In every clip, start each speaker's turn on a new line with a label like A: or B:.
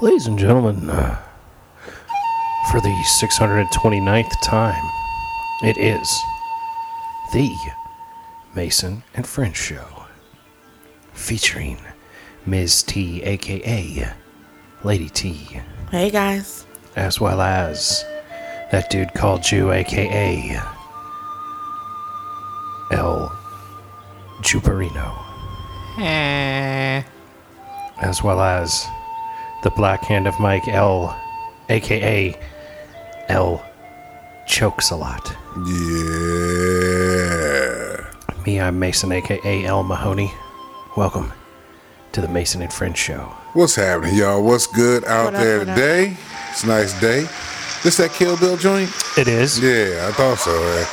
A: Ladies and gentlemen, uh, for the 629th time, it is the Mason and French Show featuring Ms. T, aka Lady T,
B: Hey guys.
A: as well as that dude called you, aka El Juperino. as well as the Black Hand of Mike L, aka L Chokes a lot.
C: Yeah.
A: Me, I'm Mason, aka L Mahoney. Welcome to the Mason and Friends Show.
C: What's happening, y'all? What's good out
B: What up,
C: there
B: what up?
C: today? It's a nice day. This that Kill Bill joint?
A: It is.
C: Yeah, I thought so. eh.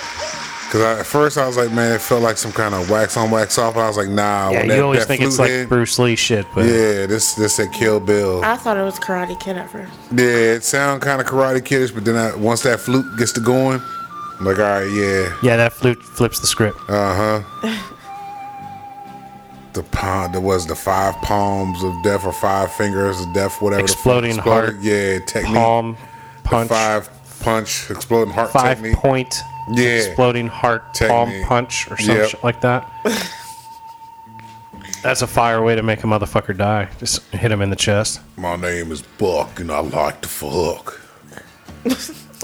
C: Cause I, at first I was like, man, it felt like some kind of wax on, wax off. I was like, nah.
A: Yeah,
C: when that-
A: you always
C: that
A: think it's
C: flute
A: like
C: hit-
A: Bruce Lee shit, but
C: yeah, this this that Kill Bill.
B: I thought it was Karate Kid at first.
C: Yeah, it sound kind of Karate Kiddish, but then I, once that flute gets to going, I'm like, all right, yeah,
A: yeah, that flute flips the script.
C: uh huh. the palm, there was the five palms of death or five fingers of death, whatever. the fuck,
A: Exploding heart,
C: yeah, technique,
A: Palm, punch, five,
C: five punch, exploding heart technique.
A: point,
C: Yeah.
A: exploding heart, palm
C: Technique.
A: punch, or some
C: Yep.
A: shit like that. That's a fire way to make a motherfucker die. Just hit him in the chest.
C: My name is Buck, and I like to fuck.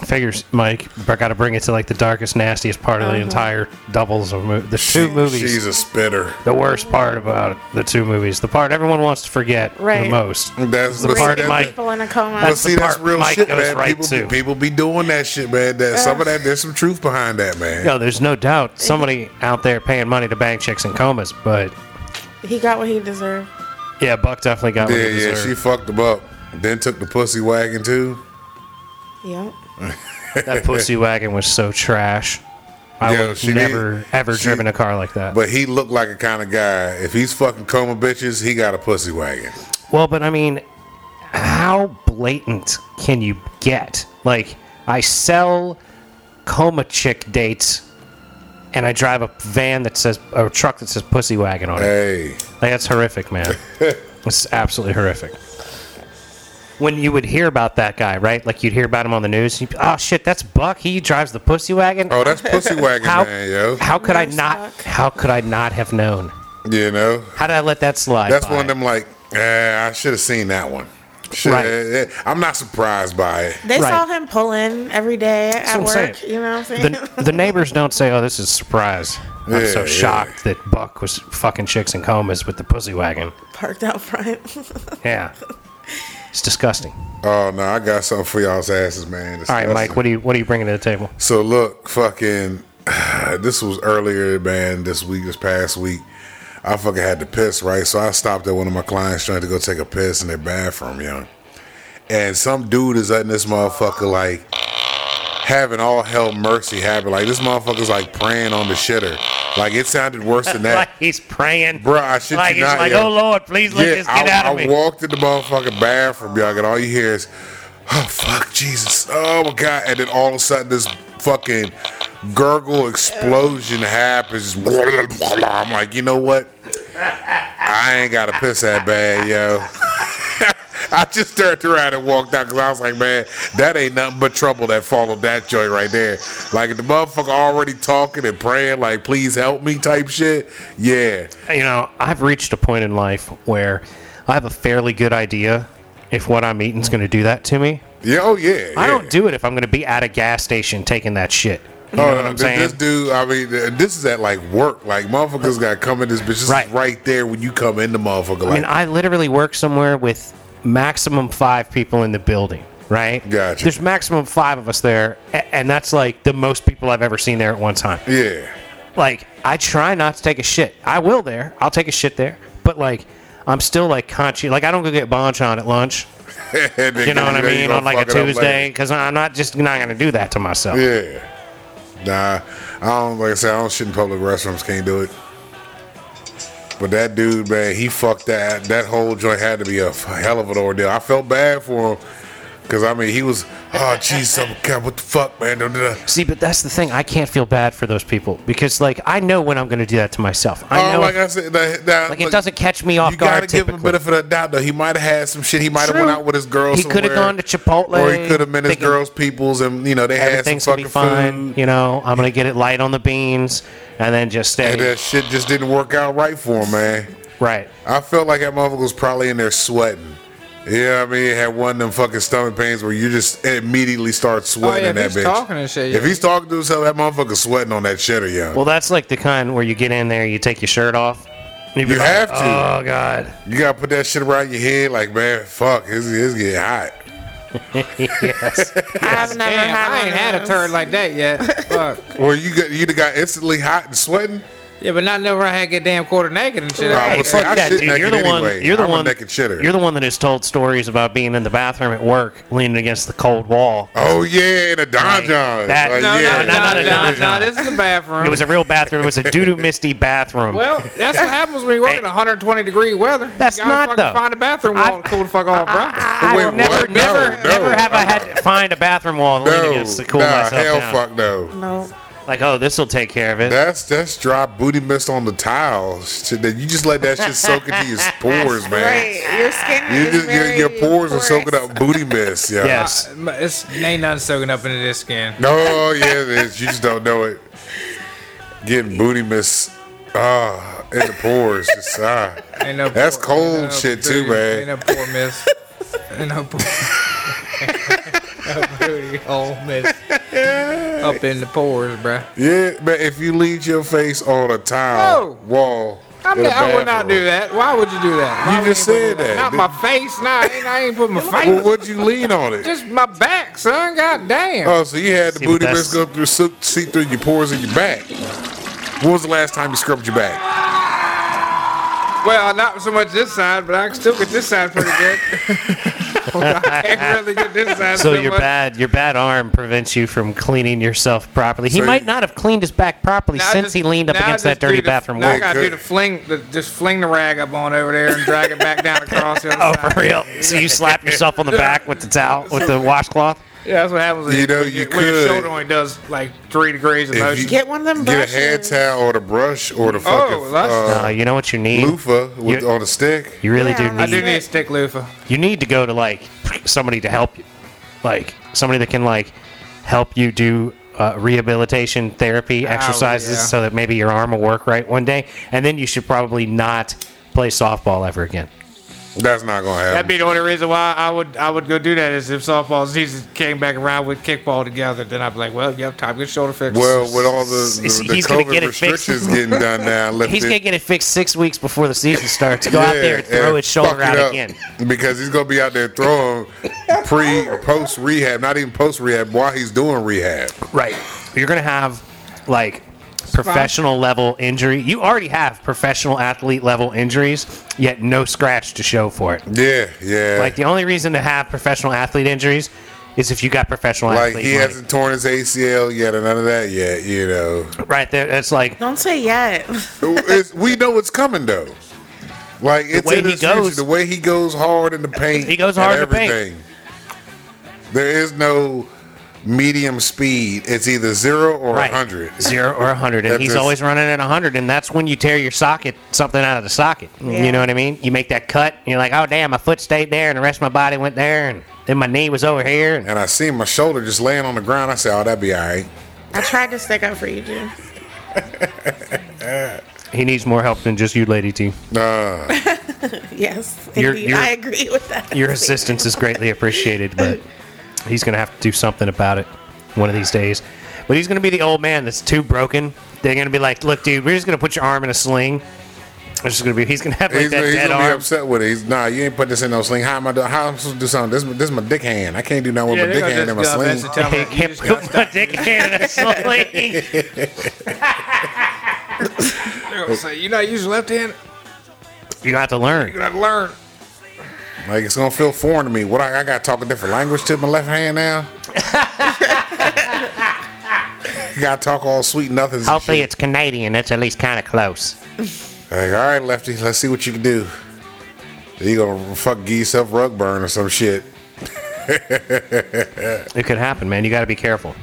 A: Figures, Mike. I got to bring it to like the darkest, nastiest part of the entire doubles of mo- the two movies.
C: She's a spitter.
A: The worst part about the two movies, the part everyone wants to forget the
B: Right.
A: most.
C: That's
A: The
C: but see,
A: part
C: that's-
A: Mike-
B: People in a coma.
C: But
A: That's- the
C: see, that's
A: part
C: real
A: Mike
C: shit,
A: goes
C: man.
A: right
C: people,
A: to.
C: people be doing that shit, man. That some of that, there's some truth behind that, man.
A: No, there's no doubt somebody out there paying money to bang chicks in comas, but
B: he got what he deserved.
A: yeah, Buck definitely got what
C: Yeah,
A: he
C: yeah, she
A: deserved.
C: fucked him up. Then took the pussy wagon too.
B: Yep.
A: that pussy wagon was so trash. I
C: Yeah,
A: would
C: she
A: have never
C: did.
A: ever
C: She-
A: driven a car like that.
C: But he looked like a kind of guy. If he's fucking coma bitches, he got a pussy wagon.
A: Well, but I mean, how blatant can you get? Like, I sell coma chick dates, and I drive a van that says or a truck that says pussy wagon on it.
C: Hey,
A: Like, that's horrific, man. it's absolutely horrific. When you would hear about that guy, right? Like you'd hear about him on the news. You'd be, oh shit, that's Buck. He drives the pussy wagon.
C: oh, that's pussy wagon
A: how
C: man, yo.
A: how could I
B: Nurse
A: not?
B: Buck.
A: How could I not have known?
C: You know,
A: How did I let that slide?
C: that's
A: by?
C: one of them. Like, eh, I should have seen that one. Shit,
A: Right.
C: eh, eh, I'm not surprised by it.
B: They
A: Right.
B: saw him pull in every day at
A: what I'm
B: work.
A: saying.
B: You know what I'm saying?
A: the, the neighbors don't say, "Oh, this is a surprise." I'm
C: Yeah,
A: so
C: yeah.
A: shocked that Buck was fucking chicks in comas with the pussy wagon.
B: Parked out front.
A: Yeah, it's disgusting.
C: Oh no, I got something for y'all's asses, man.
A: All right, Mike, what do you what are you bringing to the table?
C: So look, fucking, this was earlier, man. This week, this past week, I fucking had to piss, right? So I stopped at one of my clients trying to go take a piss in their bathroom, yo. And some dude is letting this motherfucker like having all hell mercy happen. Like this motherfucker's like praying on the shitter. Like it sounded worse than that.
A: Like he's praying,
C: Bruh, I shit
A: Like
C: you
A: he's
C: not,
A: like,
C: yo.
A: "Oh Lord, please let this get
C: I,
A: out of
C: I
A: me."
C: walked in the motherfucking bathroom, y'all, and all you hear is, oh, fuck, Jesus. Oh, my God. And then all of a sudden, this fucking gurgle explosion happens. I'm like, you know what? I ain't got to piss that bad, yo. I just turned around and walked out because I was like, man, that ain't nothing but trouble that followed that joint right there. Like, if the motherfucker already talking and praying, like, please help me type shit, yeah.
A: you know, I've reached a point in life where I have a fairly good idea if what I'm eating's going to do that to me.
C: Yeah, oh, yeah.
A: I
C: yeah.
A: don't do it if I'm going to be at a gas station taking that shit. You know
C: Oh,
A: what
C: no,
A: I'm
C: th-
A: saying?
C: This dude, I mean, th- this is at like work. Like motherfuckers got to come in this bitch. This
A: Right.
C: is right there when you come in the motherfucker.
A: I
C: Like,
A: mean, I literally work somewhere with maximum five people in the building, right?
C: Gotcha.
A: There's maximum five of us there, a- and that's like the most people I've ever seen there at one time.
C: yeah,
A: Like, I try not to take a shit. I will there. I'll take a shit there, but like, I'm still like conscious. Like, I don't go get bonchon at lunch.
C: And then
A: You know what I
C: there
A: mean?
C: go
A: On like a
C: fuck it up
A: Tuesday, because I'm not just not gonna do that to myself.
C: later. Yeah. Nah, I don't. Like I said, I don't shit in public restrooms. Can't do it. But that dude, man, he fucked that. That whole joint had to be a f- hell of an ordeal. I felt bad for him Because, I mean, he was, oh, jeez, oh, God, what the fuck, man? Da, da, da."
A: See, but that's the thing. I can't feel bad for those people because, like, I know when I'm going to do that to myself. I
C: Oh,
A: know.
C: like I said, that, that,
A: like, it doesn't catch me off
C: you
A: guard
C: gotta give him a
A: typically.
C: benefit of the doubt, though. He might have had some shit. He might have
A: True.
C: went out with his girls.
A: He coulda
C: somewhere,
A: gone to Chipotle
C: or he could have met his
A: thinking-
C: girls' peoples, and you know they had some
A: Everything's gonna
C: fucking
A: be fine,
C: fun.
A: you know. I'm gonna get it light on the beans, and then just stay
C: And that shit just didn't work out right for him, man.
A: right.
C: I felt like that motherfucker was probably in there sweating. Yeah, I mean, he had one of them fucking stomach pains where you just immediately start sweating
D: Oh,
C: in
D: yeah, if
C: that
D: he's
C: bitch.
D: talking and shit, yeah.
C: If he's talking to himself, that motherfucker's sweating on that shitter, yeah.
A: Well, that's like the kind where you get in there, you take your shirt off. and be
C: You
A: like,
C: have to.
A: Oh God.
C: you gotta put that shit around your head, like man, fuck, it's, it's getting hot.
A: yes.
B: I've never
D: Damn,
B: had.
D: I
B: one
D: ain't
B: of
D: had a
B: those.
D: turd like that yet. Fuck.
C: Well, you got you got instantly hot and sweating.
D: Yeah, but not never I had get damn quarter naked and shit.
C: Right. I would say I
A: Fuck that,
C: shit
A: dude.
C: naked
A: You're the one.
C: anyway.
A: You're the
C: I'm a
A: one.
C: naked shitter.
A: You're the one that has told stories about being in the bathroom at work, leaning against the cold wall.
C: Oh yeah, in a donjon.
A: that-
C: Like,
D: No,
C: yeah.
D: no, no,
A: not
D: no,
A: a
D: no,
A: dungeon.
D: no, This is the bathroom.
A: It was a real bathroom. It was a doo doo misty bathroom.
D: well, that's what happens when you work in 120 degree weather.
A: That's
D: you gotta
A: not,
D: fucking
A: though.
D: Find a bathroom wall
A: I've-
D: to cool the fuck off, bro.
A: I
C: Wait,
A: have never,
C: what? No,
A: never,
C: no.
A: never have I had to find a bathroom wall and lean
C: No,
A: against to cool
C: nah,
A: myself
C: hell
A: down.
C: fuck no.
B: No.
A: Like, oh, this will take care of it.
C: That's that's dry booty mist on the tiles. Shit, that- You just let that shit soak into your pores, man.
B: Right. Your skin
C: You
B: is
C: just your,
B: very
C: your pores are
B: porous.
C: soaking up booty mist. Yeah.
A: Yes.
D: Uh, It's ain't nothing soaking up into this skin.
C: No, yeah, it is. You just don't know it. Getting booty mist ah in the pores. Just, ah.
D: Ain't no
C: That's
D: poor-
C: cold
D: ain't no
C: shit too,
D: booty-
C: man.
D: Ain't no poor miss. Ain't no poor. no booty hole miss. Up in the pores, bruh.
C: Yeah, but if you leave your face on a tile
D: No.
C: wall,
D: I,
C: in
D: mean,
C: a
D: I would not
C: bathroom,
D: do that. Why would you do that? Why
C: You
D: would
C: just
D: anybody
C: said
D: do
C: that.
D: Not my face. Nah, I ain't, I ain't put my
C: Well,
D: face.
C: what'd you lean on it?
D: Just my back, son. God damn.
C: Oh, so you had the
A: See, but
C: booty
A: that's-
C: mist go through, so- see through your pores in your back. When was the last time you scrubbed your back?
D: Well, not so much this side, but I can still get this side pretty good. I can't really get this side
A: So
D: so
A: your
D: much.
A: bad your bad arm prevents you from cleaning yourself properly. He
C: So
A: might
C: you-
A: not have cleaned his back properly
D: Now I
A: since
D: just-
A: he leaned up
D: now I
A: against that
D: just do
A: dirty
D: the-
A: bathroom
D: now
A: wall.
D: I gotta
C: Good.
D: do the fling, the, just fling the rag up on over there and drag it back down across the other
A: Oh,
D: side.
A: for real? So you slap yourself on the back with the towel with the washcloth?
D: Yeah, that's what happens. when
C: You know,
D: when
C: you
D: your- when your
C: could-
D: shoulder only does like three degrees of
C: If
D: motion.
C: you-
B: Get one of them
C: Get a
B: brushes.
C: hand towel or the brush or the fucking
D: well, that's-
A: Uh,
C: uh,
A: you know what you need?
C: loofah with,
A: You-
C: on a stick.
A: You really
B: Yeah,
D: I
A: do
D: do
A: need
D: need a stick loofah.
A: you need to go to like somebody to help you, like somebody that can like help you do uh, rehabilitation therapy
C: Oh,
A: exercises
D: yeah.
A: so that maybe your arm will work right one day, and then you should probably not play softball ever again.
C: That's not gonna
D: That'd
C: happen.
D: be the only reason why I would I would go do that is if softball season came back around with kickball together, then I'd be like, well, yep, time to get shoulder fixed.
C: well, with all the,
A: He's-
C: the, the
A: he's gonna
C: COVID
A: get it fixed.
C: restrictions getting done now, left
A: He's
C: it-
A: gonna get it fixed six weeks before the season starts. Go out
C: Yeah,
A: there and throw
C: and
A: his shoulder
C: fuck it
A: out
C: up.
A: again.
C: Because he's gonna be out there throwing pre post rehab, not even post rehab, while he's doing rehab.
A: Right. You're gonna have like professional level injury. You already have professional athlete level injuries, yet no scratch to show for it.
C: Yeah, yeah.
A: Like
C: Like,
A: the only reason to have professional athlete injuries is if you got professional athlete
C: he
A: money.
C: hasn't torn his ACL yet or none of that yet, you know.
A: right there. It's like
B: Don't say yet.
C: It's- we know it's coming though. Like it's
A: way
C: in
A: he
C: his future.
A: goes-
C: the way he goes hard in the paint.
A: He goes
C: and
A: hard in the paint.
C: everything. There is no medium speed. It's either zero or
A: right,
C: hundred.
A: zero or hundred, and
C: That's
A: he's
C: just-
A: always running at hundred, and that's when you tear your socket, something out of the socket. You
B: Yeah.
A: know what I mean? You make that cut, and you're like, oh damn, my foot stayed there, and the rest of my body went there, and then my knee was over here, and
C: And I seen my shoulder just laying on the ground. I said, "Oh, that'd be all right."
B: I tried to stick up for you, Jim.
A: he needs more help than just you, lady T.
C: Nah.
B: Yes,
A: You're-
B: indeed.
A: you're-
B: I agree with that.
A: Your assistance is greatly appreciated, but he's gonna have to do something about it one of these days. But he's gonna be the old man that's too broken. They're gonna be like, look, dude, we're just gonna put your arm in a sling. It's just gonna be. He's gonna have like
C: he's,
A: that
C: he's
A: dead
C: gonna be
A: arm.
C: upset with it. He's nah, you ain't put this in no sling. How am I? Do, how am I supposed to do something? This, this is my dick hand. I can't do nothing with
D: Yeah,
C: my
D: they're
C: dick
D: gonna
C: hand in my
D: just go up
C: sling.
D: and tell
A: Hey,
D: me, you
A: can't
D: just gotta
A: put my
D: stop.
A: dick in a sling.
D: They're gonna say, You're not using your left hand.
A: You got to learn.
D: You're gonna learn.
C: Like it's gonna feel foreign to me. What I, I got talking different language to my left hand now? got to talk all sweet nothings. and
A: Hopefully,
C: shit.
A: it's Canadian. That's at least kind of close.
C: Like, all right, lefty, let's see what you can do. You gonna fuck give yourself rug burn or some shit?
A: It could happen, man. You got to be careful.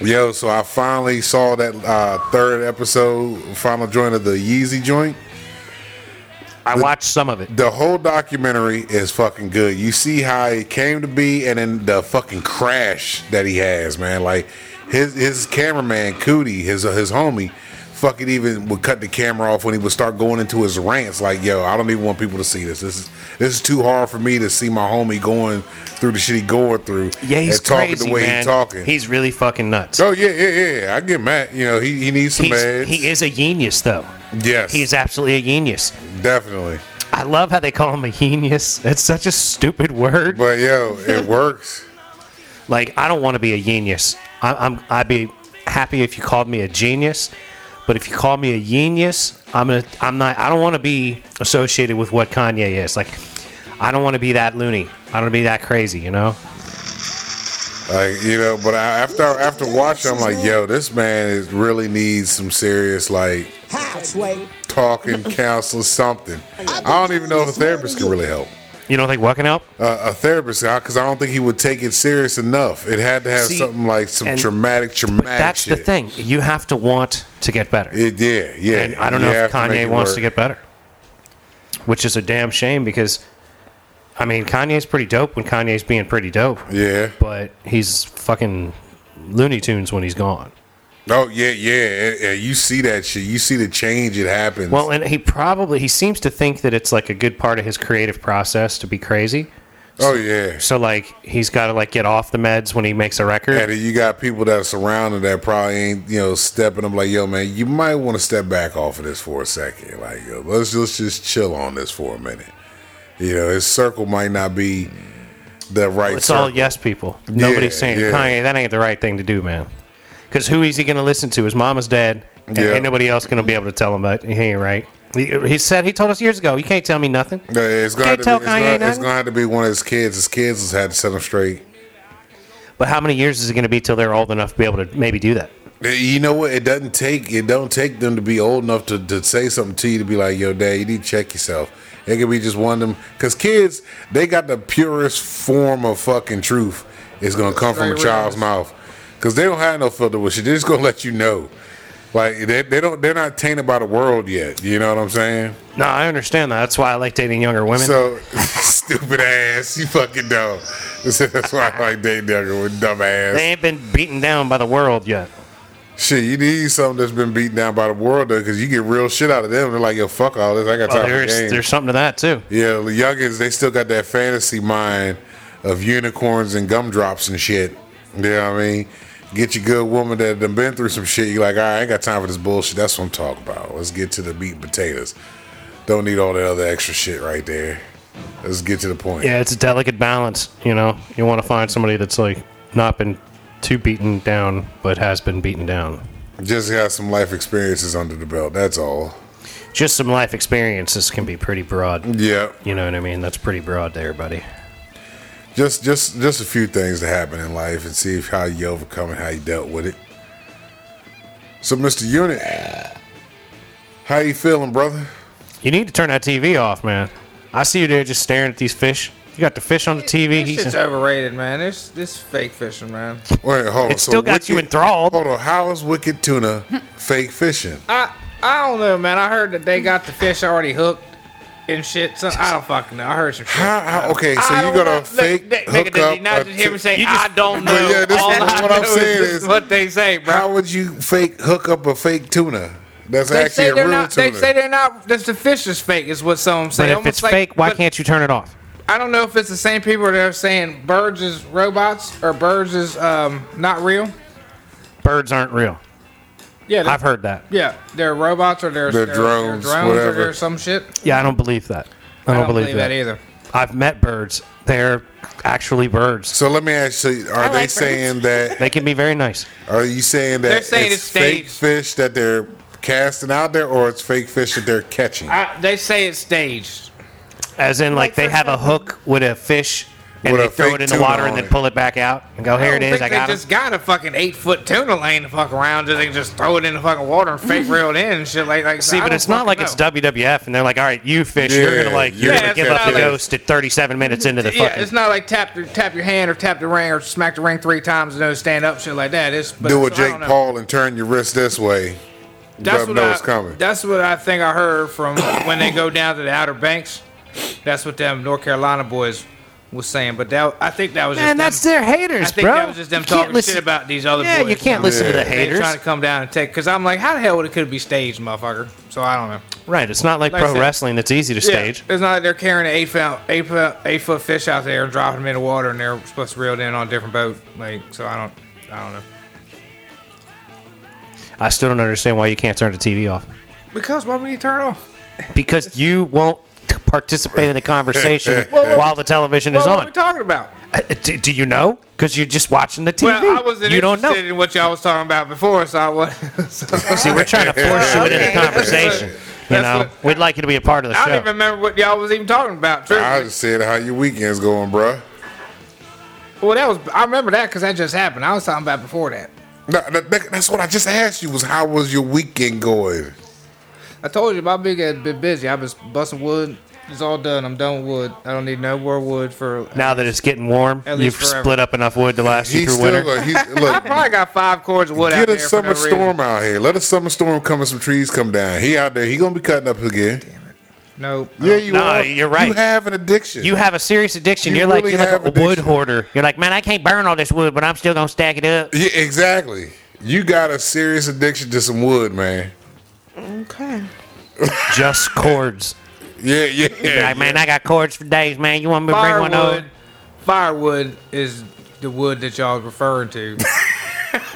C: Yo, so I finally saw that uh, third episode, final joint of the Yeezy joint.
A: I watched some of it.
C: The whole documentary is fucking good. You see how it came to be, and then the fucking crash that he has, man. Like his his cameraman Cootie, his his homie, fucking even would cut the camera off when he would start going into his rants. Like, yo, I don't even want people to see this. This is this is too hard for me to see my homie going through the shit he going through.
A: Yeah, he's
C: and talking
A: crazy,
C: the way
A: man.
C: he's talking.
A: He's really fucking nuts.
C: oh yeah, yeah, yeah. I get mad. You know, he, he needs some
A: He's,
C: ads.
A: he is a genius, though.
C: Yes,
A: He is absolutely a genius.
C: definitely.
A: I love how they call him a genius. That's such a stupid word.
C: But yo, it works.
A: Like, I don't want to be a genius. I, I'm, I'd be happy if you called me a genius, but if you call me a genius, I'm gonna, I'm not. I don't want to be associated with what Kanye is. Like, I don't want to be that loony. I don't want to be that crazy. You know?
C: Like you know, but I, after after watching, I'm like, yo, this man is really needs some serious like
E: halfway.
C: talking, counseling, something. I don't even know if a therapist could really help.
A: You don't think walking out?
C: Uh, a therapist, because I don't think he would take it serious enough. It had to have
A: See,
C: something like some
A: and-
C: traumatic, traumatic.
A: That's
C: shit.
A: the thing. You have to want to get better.
C: It, yeah, yeah.
A: and I don't
C: You
A: know if
C: have make
A: Kanye
C: it
A: wants
C: work.
A: to get better, which is a damn shame because, I mean, Kanye's pretty dope when Kanye's being pretty dope,
C: Yeah.
A: but he's fucking Looney Tunes when he's gone.
C: Oh yeah, yeah. And- and you see that shit. You see the change. It happens.
A: Well, and he probably he seems to think that it's like a good part of his creative process to be crazy.
C: oh yeah.
A: So like he's got to like get off the meds when he makes a record.
C: And then you got people that are surrounded that probably ain't, you know, stepping. I'm like, yo, man, you might want to step back off of this for a second. Like, yo, let's, let's just chill on this for a minute. You know, his circle might not be the right
A: It's
C: circle.
A: all yes people. Nobody's
C: Yeah,
A: saying
C: yeah.
A: Kanye. That ain't the right thing to do, man. Because who is he going to listen to? His mama's dead, and
C: Yeah.
A: ain't nobody else going to be able to tell him that he ain't right. He, he said he told us years ago. You can't tell me nothing.
C: Yeah, It's gonna, have
A: Can't
C: to
A: tell
C: be, it's,
A: Kanye
C: gonna, it's
A: nothing.
C: gonna have to be one of his kids. His kids has had to set him straight.
A: But how many years is it going to be till they're old enough to be able to maybe do that?
C: You know what? It doesn't take it don't take them to be old enough to, to say something to you to be like, yo, dad, you need to check yourself. It could be just one of them because kids, they got the purest form of fucking truth is gonna come from a
D: Straight
C: child's
D: realness.
C: mouth. Cause they don't have no filter with shit. They're just gonna let you know. Like they, they don't they're not tainted by the world yet. You know what I'm saying?
A: No, I understand that. That's why I like dating younger women.
C: So stupid ass, you fucking dumb. That's why I like dating younger with dumb ass.
A: they ain't been beaten down by the world yet.
C: Shit, you need something that's been beaten down by the world though, because you get real shit out of them. They're like, yo, fuck all this. I got
A: Well,
C: time for
A: there's
C: games.
A: there's something to that too.
C: Yeah, the youngins, they still got that fantasy mind of unicorns and gumdrops and shit. You know what I mean? Get your good woman that done been through some shit. You're like, all right, I ain't got time for this bullshit. That's what I'm talking about. Let's get to the meat and potatoes. Don't need all that other extra shit right there. Let's get to the point.
A: Yeah, it's a delicate balance. You know, you want to find somebody that's like not been too beaten down, but has been beaten down.
C: Just got some life experiences under the belt. That's all.
A: just some life experiences can be pretty broad.
C: Yeah.
A: You know what I mean? That's pretty broad there, buddy.
C: just just just a few things that happen in life and see if how you overcome and how you dealt with it. So, Mr. Unit, how you feeling, brother?
A: You need to turn that TV off, man. I see you there just staring at these fish. You got the fish on the TV.
D: This
A: He's
D: shit's overrated, man. This this fake fishing, man.
C: Wait, hold on.
A: It still got you enthralled.
C: Hold on. How is Wicked Tuna fake fishing?
D: I I don't know, man. I heard that they got the fish already hooked and shit. So I don't fucking know. I heard some shit.
C: How, how, okay, so
D: I
C: you
D: don't
C: gonna
D: know. Look,
C: fake
D: nigga,
C: hook
D: did
C: up?
D: you not
C: a
D: just hear me
C: tu-
D: say,
A: you just-
D: I don't know.
C: But yeah, this
D: All
C: is
D: I
C: what I'm
D: know is
C: saying
D: this
C: is-
D: what they say, bro.
C: How would you fake hook up a fake tuna? That's
D: they
C: actually
D: say
C: a
D: they're
C: real
D: not.
C: tuna.
D: They say they're not. That's the fish is fake, is what some say.
A: but if
D: Almost
A: it's
D: like-
A: fake, why
D: but
A: can't you turn it off?
D: I don't know if it's the same people that are saying birds is robots or birds is um not real.
A: Birds aren't real.
D: Yeah, they-
A: I've heard that.
D: Yeah, they're robots or they're,
C: They're
D: they're
C: drones,
D: they're drones
C: whatever.
D: or they're some shit.
A: Yeah, I don't believe that. I don't, believe, that.
D: either.
A: I've met birds. They're actually birds.
C: so let me ask you: Are
B: I
C: they
B: like
C: saying that
A: They can be very nice.
C: Are you saying that
D: They're saying
C: it's,
D: it's
C: fake
D: staged.
C: fish that they're casting out there, or it's fake fish that they're catching?
D: I, they say it's staged.
A: As in, like,
B: Like
A: they
B: for
A: have a
B: example-
A: hook with a fish and
C: With
A: they
C: a
A: throw
C: fake
A: it in the
C: tuna
A: water and
C: on
A: then
C: it.
A: pull it back out and go, here
D: I
A: it
D: don't
A: is.
D: think
A: I got
D: they
A: it.
D: just got a fucking eight foot tuna lane to fuck around. and They just throw it in the fucking water and fake reel it in and shit like like.
A: See, but it's not like it's WWF, and they're like, "All right, you fish, you're gonna
C: Yeah,
A: like, you're
C: yeah,
A: gonna
D: it's
A: give up
D: not
A: the
D: like-
A: ghost at 37 minutes into the
D: Yeah,
A: fucking."
D: it's not like tap your tap your hand or tap the ring or smack the ring three times and then stand up shit like that. It's but
C: Do a
D: it's- I
C: Jake
D: don't know.
C: Paul and turn your wrist this way.
D: That's
C: Dub
D: what,
C: knows
D: I,
C: coming.
D: that's what I think I heard from when they go down to the Outer Banks. That's what them North Carolina boys was saying. But that I think that was
A: Man, that's
D: just
A: their
D: them,
A: haters,
D: I think
A: bro.
D: that was just them
A: You can't
D: talking
A: listen-
D: shit about these other
A: Yeah,
D: boys.
A: you can't listen to the
C: Yeah.
D: They
A: haters,
D: trying to come down and take because I'm like, how the hell would it could be staged, motherfucker? So I don't know.
A: right? It's not like,
D: Like I
A: pro
D: said-
A: wrestling that's easy to stage.
D: Yeah, it's not like they're carrying an eight foot eight foot eight foot fish out there and dropping them in the water and they're supposed to reel it in on a different boat. Like so, I don't I don't know.
A: I still don't understand why you can't turn the TV off
D: Because why would you turn it off?
A: because you won't participate in the conversation
D: Well,
A: while the television is
D: Well, what are
A: on.
D: we talking about?
A: Uh, do, do you know? Because you're just watching the TV.
D: Well, I wasn't
A: you don't
D: interested
A: know.
D: in what y'all was talking about before, so I was. so-
A: See, we're trying to force you into the
B: Okay.
A: conversation. You
D: That's
A: know,
D: what-
A: we'd like you to be a part of the
D: I don't
A: show.
D: even remember what y'all was even talking about.
C: I
D: truthfully.
C: just said how your weekend's going, bruh.
D: well, that was I remember that because that just happened. I was talking about before that.
C: No, that, that- that's what I just asked you was how was your weekend going?
D: I told you my big ass been busy. I've been busting wood. It's all done. I'm done with wood. I don't need no more wood for.
A: now that it's getting warm,
D: At
A: you've
D: least forever.
A: split up enough wood to last you
C: He's
A: through
C: still
A: winter.
C: gonna- he's,
D: I
C: look,
D: probably got five cords of wood out
C: get
D: there.
C: a
D: for
C: summer
D: no reason.
C: storm out here. Let a summer storm come and some trees come down. He out there, he gonna be cutting up again.
D: No.
C: Yeah, you
A: No,
C: are.
A: you're right.
C: You have an addiction.
A: You have a serious addiction.
C: You
A: You are
C: really
A: like you're
C: have
A: like a wood
C: addiction.
A: hoarder. You're like, man, I can't burn all this wood, but I'm still gonna stack it up.
C: yeah, exactly. You got a serious addiction to some wood, man.
B: Okay.
A: Just cords.
C: Yeah, yeah.
A: You're like, man, I got cords for days, man. You want me to bring one
D: Firewood.
A: over?
D: Firewood is the wood that y'all referring to.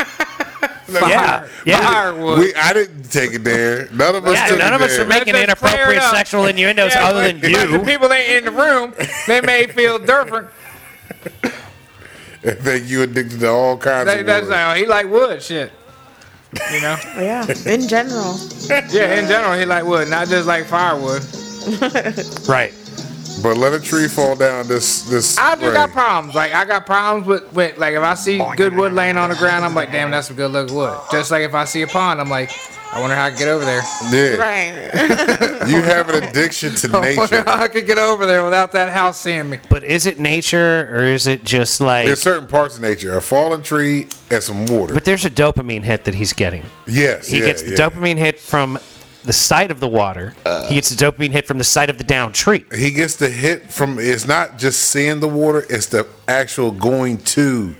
D: Fire,
A: Yeah, yeah.
D: Firewood.
C: We, I didn't take it there. None of us
A: Yeah,
C: took
A: none
C: it
A: of us
C: there.
A: are making
D: Let us clear it
A: inappropriate
D: up.
A: sexual innuendos
D: Yeah,
A: other than
D: but- but The
A: you.
D: people ain't in the room. They may feel different.
C: I think you addicted to all kinds
D: They,
C: of
D: that's
C: wood.
D: how he like wood shit. You know?
B: Yeah. In general.
D: Yeah, in general, he like wood, not just like firewood.
A: Right.
C: But let a tree fall down this this
D: I do
C: spring.
D: got problems. Like I got problems with, with like if I see good wood laying on the ground, I'm like, damn, that's some good looking wood. Just like if I see a pond, I'm like, I wonder how I can get over there.
C: Yeah.
B: Right.
C: You have an addiction to
D: I wonder
C: nature.
D: how I could get over there without that house seeing me.
A: But is it nature or is it just like?
C: There's certain parts of nature. A fallen tree and some water.
A: but there's a dopamine hit that he's getting.
C: yes.
A: He
C: yeah,
A: gets the
C: yeah.
A: dopamine hit from the sight of the water. he gets the dopamine hit from the sight of the down tree.
C: He gets the hit from it's not just seeing the water, it's the actual going to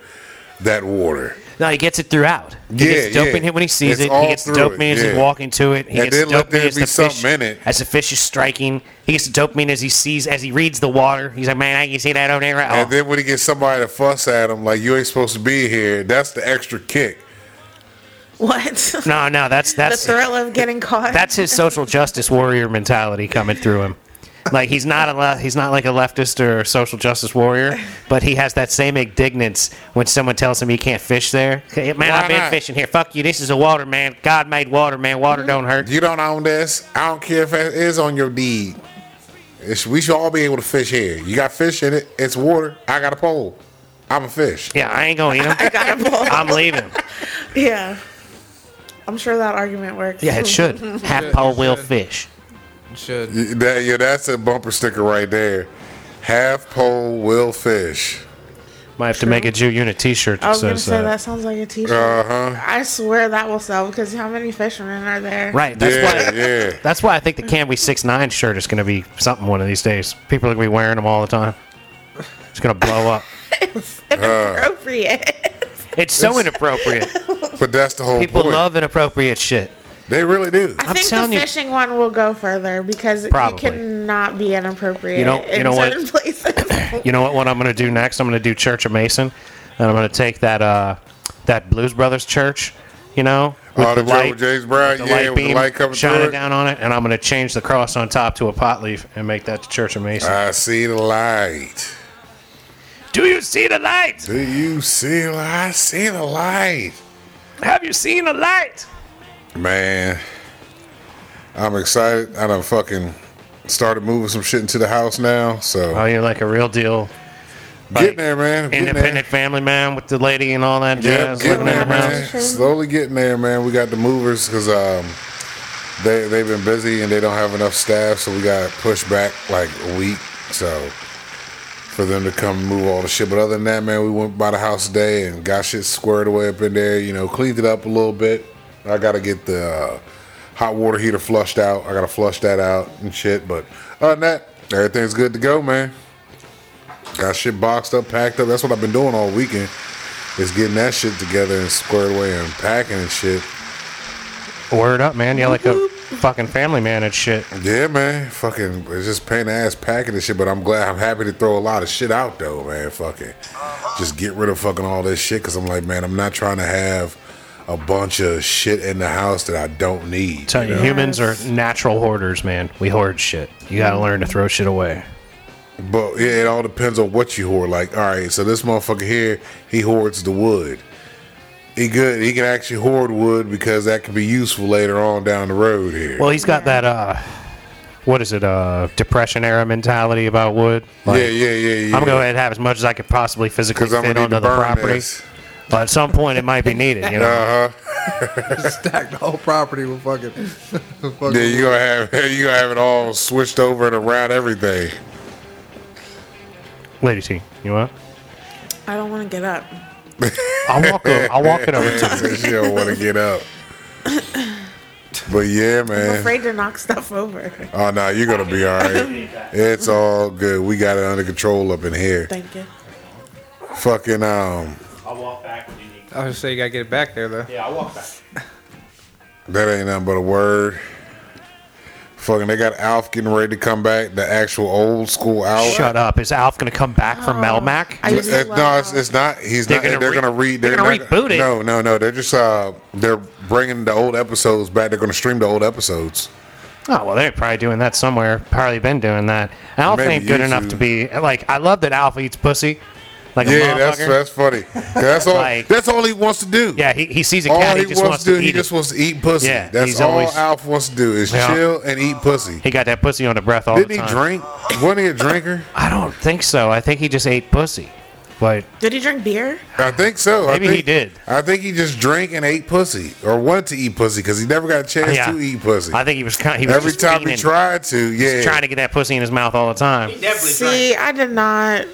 C: that water.
A: No, he gets it throughout. He
C: Yeah,
A: gets dopamine
C: yeah.
A: hit when he sees
C: It's
A: it.
C: all
A: He gets the
C: through
A: dopamine
C: it,
A: as he's
C: yeah.
A: walking to it. He
C: And
A: gets the
C: then let there
A: dopamine as
C: be
A: the fish
C: something in it.
A: as the fish is striking. He gets the dopamine as he sees as he reads the water. He's like, man, I can see that over there. Right?
C: And then when he gets somebody to fuss at him like you ain't supposed to be here, that's the extra kick.
B: What?
A: no, no, that's
B: the
A: that's
B: thrill of getting caught.
A: that's his social justice warrior mentality coming through him. Like he's not a le- he's not like a leftist or a social justice warrior, but he has that same indignance when someone tells him he can't fish there. Man, I've been
C: not?
A: fishing here. Fuck you. This is a water, man. God made water, man. Water don't hurt.
C: You don't own this. I don't care if it is on your deed. It's, we should all be able to fish here. You got fish in it. It's water. I got a pole. I'm a fish.
A: Yeah, I ain't gonna eat him.
B: I got a ball.
A: I'm leaving.
B: Yeah. I'm sure that argument works.
A: Yeah, it should. Half pole wheel fish.
D: Should.
C: Y- That, yeah, that's a bumper sticker right there. Half pole will fish.
A: Might have to make a Jew unit T-shirt
B: I
A: that
B: was gonna
A: says
B: say
A: that.
B: that sounds like a T-shirt.
C: Uh huh.
B: I swear that will sell because how many fishermen are there?
A: Right. That's
C: Yeah,
A: why.
C: yeah.
A: That's why I think the Canby Six Nine shirt is gonna be something one of these days. People are gonna be wearing them all the time. It's gonna blow up.
B: Uh, Inappropriate.
A: It's so inappropriate.
C: But that's the whole
A: People
C: point.
A: love inappropriate shit.
C: they really do.
B: I think
A: telling
B: the
A: you-
B: fishing one will go further because
A: Probably.
B: you cannot be inappropriate
A: You know- you
B: in
A: know what?
B: certain places.
A: You know what? What I'm gonna do next? I'm gonna do Church of Mason, and I'm gonna take that uh, that Blues Brothers church. You know, with
C: Oh, the joint with James Brown,
A: the
C: yeah,
A: light
C: with the
A: beam
C: light coming through
A: shining
C: it.
A: down on it, and I'm gonna change the cross on top to a pot leaf and make that the Church of Mason.
C: I see the light.
A: Do you see the light?
C: Do you see? the- I see the light,
A: Have you seen the light?
C: man. I'm excited. I done fucking started moving some shit into the house now. So
A: Oh, you're like a real deal
C: Getting there, man. Getting
A: Independent
C: there.
A: family man with the lady and all that
C: Yeah,
A: jazz.
C: getting
A: living in
C: there,
A: the
C: man.
A: house.
C: Slowly getting there, man. We got the movers because um, they they've been busy and they don't have enough staff, so we got pushed back like a week. So for them to come move all the shit. But other than that, man, we went by the house today and got shit squared away up in there. You know, cleaned it up a little bit. I gotta get the uh, hot water heater flushed out. I gotta flush that out and shit. But other than that, everything's good to go, man. Got shit boxed up, packed up. That's what I've been doing all weekend. Is getting that shit together and squared away and packing and shit.
A: Word up, man. You're like a fucking family man and shit.
C: Yeah, man. Fucking, it's just pain in the ass packing and shit. But I'm glad, I'm happy to throw a lot of shit out though, man. Fucking, just get rid of fucking all this shit because I'm like, man, I'm not trying to have a bunch of shit in the house that I don't need.
A: Tell you,
B: Yes.
A: humans are natural hoarders, man. We hoard shit. You gotta learn to throw shit away.
C: But yeah, it all depends on what you hoard. Like, all right, so this motherfucker here, he hoards the wood. He good. He can actually hoard wood because that could be useful later on down the road here.
A: Well, he's got that uh, what is it? Uh, depression era mentality about wood. Like,
C: yeah, yeah, yeah, yeah.
A: I'm gonna go ahead and have as much as I could possibly physically
C: 'Cause I'm
A: fit
C: gonna need
A: onto
C: to
A: the
C: burn
A: property.
C: this.
A: But at some point, it might be needed. You know,
C: Uh huh.
D: Stack the whole property with fucking. fucking
C: Yeah, you gonna have you gonna have it all switched over and around everything.
A: Lady T, you want?
B: I don't want to get up.
A: I'll walk. Over, I'll walk it over. to you.
C: Yeah, she don't want to get up. But yeah,
B: I'm
C: man.
B: afraid to knock stuff over.
C: Oh no, you're gonna be all right. It's all good. We got it under control up in here.
B: Thank you.
C: Fucking um,
A: I'll walk back when you need.
D: I was just saying, you gotta get it back there though.
A: Yeah, I'll walk back.
C: that ain't nothing but a word. Fucking, they got Alf getting ready to come back. The actual old school Alf.
A: Shut up! Is Alf gonna come back from Melmac?
B: I used to
C: It- no,
B: love-
C: it's, it's not. He's
A: They're
C: not.
A: gonna
C: they're
A: re-
C: gonna read.
A: they're gonna
C: not-
A: reboot it.
C: No, no, no. They're just uh, they're bringing the old episodes back. They're gonna stream the old episodes.
A: Oh well, they're probably doing that somewhere. Probably been doing that. Alf
C: Maybe
A: ain't good
C: you
A: enough
C: should.
A: to be like. I love that Alf eats pussy. Like a
C: Yeah,
A: motherfucker.
C: that's that's funny. 'Cause That's all.
A: Like-
C: that's all he wants to do.
A: yeah. He, he sees a
C: All
A: cat.
C: he,
A: He, just
C: wants, to do,
A: eat
C: he
A: it.
C: just wants to eat pussy.
A: Yeah,
C: that's
A: he's
C: all
A: always-
C: Alf wants to do is
A: Yeah.
C: chill and eat pussy.
A: He got that pussy on the breath all
C: Didn't
A: the
C: he
A: time.
C: drink? Wasn't he a drinker?
A: I don't think so. I think he just ate pussy. But
B: Did he drink beer?
C: I think so. I
A: Maybe he
C: think-
A: did.
C: I think he just drank and ate pussy, or wanted to eat pussy because he never got a chance
A: yeah,
C: to eat pussy.
A: I think he was kind. He was
C: Every
A: just
C: time he
A: fiending,
C: tried to, yeah,
A: trying to get that pussy in his mouth all the time.
B: See, I did not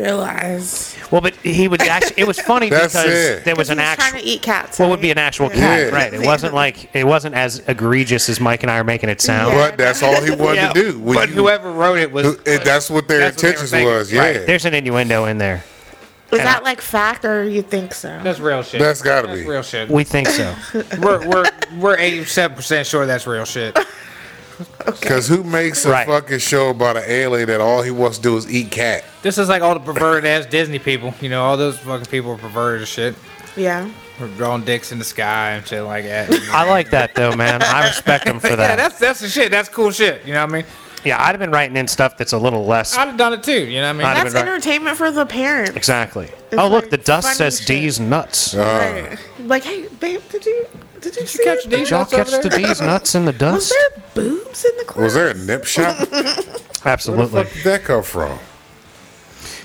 B: realize.
A: Well, but he would actually. It was funny
C: That's
A: because
C: it.
A: there was
B: He
A: an
B: was
A: actual.
B: trying to eat cats.
A: What would be an actual
B: Yeah.
A: cat,
C: Yeah.
A: right? It wasn't like it wasn't as egregious as Mike and I are making it sound.
B: Yeah.
C: but that's all he wanted to do. When
D: but
C: you-
D: whoever wrote it was.
C: who- it- that's what their
D: That's what they were
C: intentions
D: thinking.
C: was. Yeah,
A: There's an innuendo in there.
B: Is that like fact or you think so?
D: That's real shit.
C: That's gotta be.
D: real shit.
A: We think so.
D: We're we're we're eighty seven percent sure that's real shit.
C: because who makes a
A: Right.
C: fucking show about an alien that all he wants to do is eat cat?
D: This is like all the perverted ass Disney people. You know, all those fucking people are perverted as shit.
B: Yeah.
D: We're drawing dicks in the sky and shit like that. yeah,
A: I like that though, man. I respect him for that.
D: that's that's the shit. That's cool shit. You know what I mean?
A: Yeah, I'd have been writing in stuff that's a little less
D: I'd have done it too. You know what I
A: I'd
D: mean?
A: have
B: That's
A: been right.
B: entertainment for the parents.
A: exactly. Oh, look,
B: like
A: the dust
B: funny
A: says
B: shit.
A: D's nuts.
C: Uh,
A: Uh.
B: Right. Like, hey, babe, did you did you, see
D: catch
B: it?
D: these?
A: Did y'all
D: nuts over
A: catch the
D: there?
A: D's nuts in the
B: Was
A: dust?
B: there boobs in the class?
C: Was there a nip shop? Where the
A: Absolutely.
C: fuck did that come from?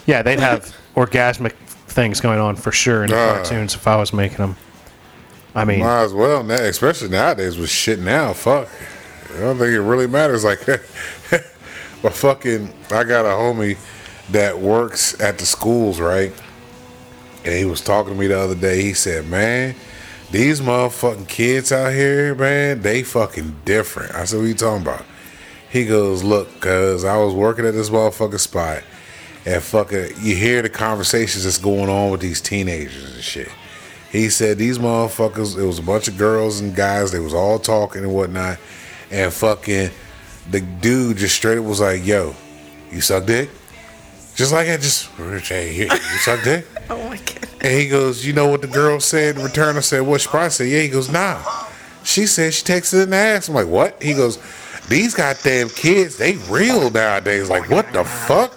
A: Yeah, they'd have orgasmic things going on for sure in the
C: Uh.
A: cartoons if I was making them. I mean,
C: Might as well now, especially nowadays with shit now. Fuck, I don't think it really matters. Like, but fucking, I got a homie that works at the schools, right? And he was talking to me the other day. He said, "Man, these motherfucking kids out here, man, they fucking different." I said, "What you talking about?" He goes, "Look, cause I was working at this motherfucking spot, and fucking, you hear the conversations that's going on with these teenagers and shit." He said these motherfuckers, it was a bunch of girls and guys, they was all talking and whatnot. And fucking the dude just straight up was like, yo, you suck dick? Just like I just hey, you you suck dick?
B: Oh my god.
C: And he goes, you know what the girl said in return? I said, what she probably said, yeah. He goes, nah. She said she takes it in the ass. I'm like, what? He goes, these goddamn kids, they real nowadays. Like, what the fuck?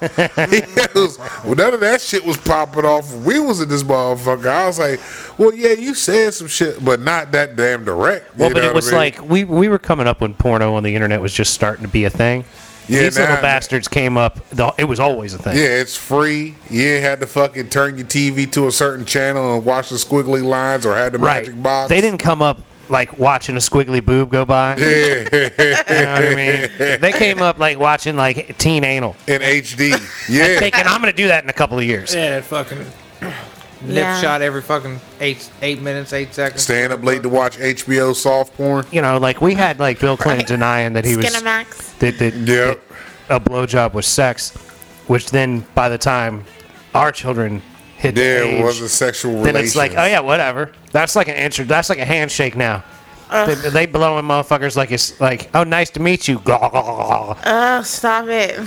C: he goes, well, none of that shit was popping off when we was in this motherfucker. I was like, well, yeah, you said some shit, but not that damn direct. You
A: well, but
C: know
A: it
C: what
A: was
C: I mean?
A: like we we were coming up when porno on the internet was just starting to be a thing.
C: Yeah,
A: These
C: now-
A: little bastards came up. The, it was always a thing.
C: Yeah, it's free. You ain't had to fucking turn your TV to a certain channel and watch the squiggly lines or had the
A: right.
C: magic box.
A: They didn't come up like watching a squiggly boob go by. Yeah. You know what I mean? They came up like watching like teen anal.
C: in HD. Yeah.
A: Thinking I'm gonna do that in a couple of years.
D: Yeah, that fucking nip
B: Yeah.
D: shot every fucking eight eight minutes, eight seconds.
C: Staying up late to watch HBO soft porn.
A: You know, like we had like Bill Clinton denying that he was
B: Skinamax.
A: that, that,
C: Yep.
A: that a blowjob was sex, which then by the time our children hit
C: There
A: the age,
C: was a sexual
A: then
C: relation.
A: it's like, oh yeah, whatever. That's like an intro. That's like a handshake now. They, they blowing motherfuckers like it's like, oh, nice to meet you. I'm
B: Oh, stop it.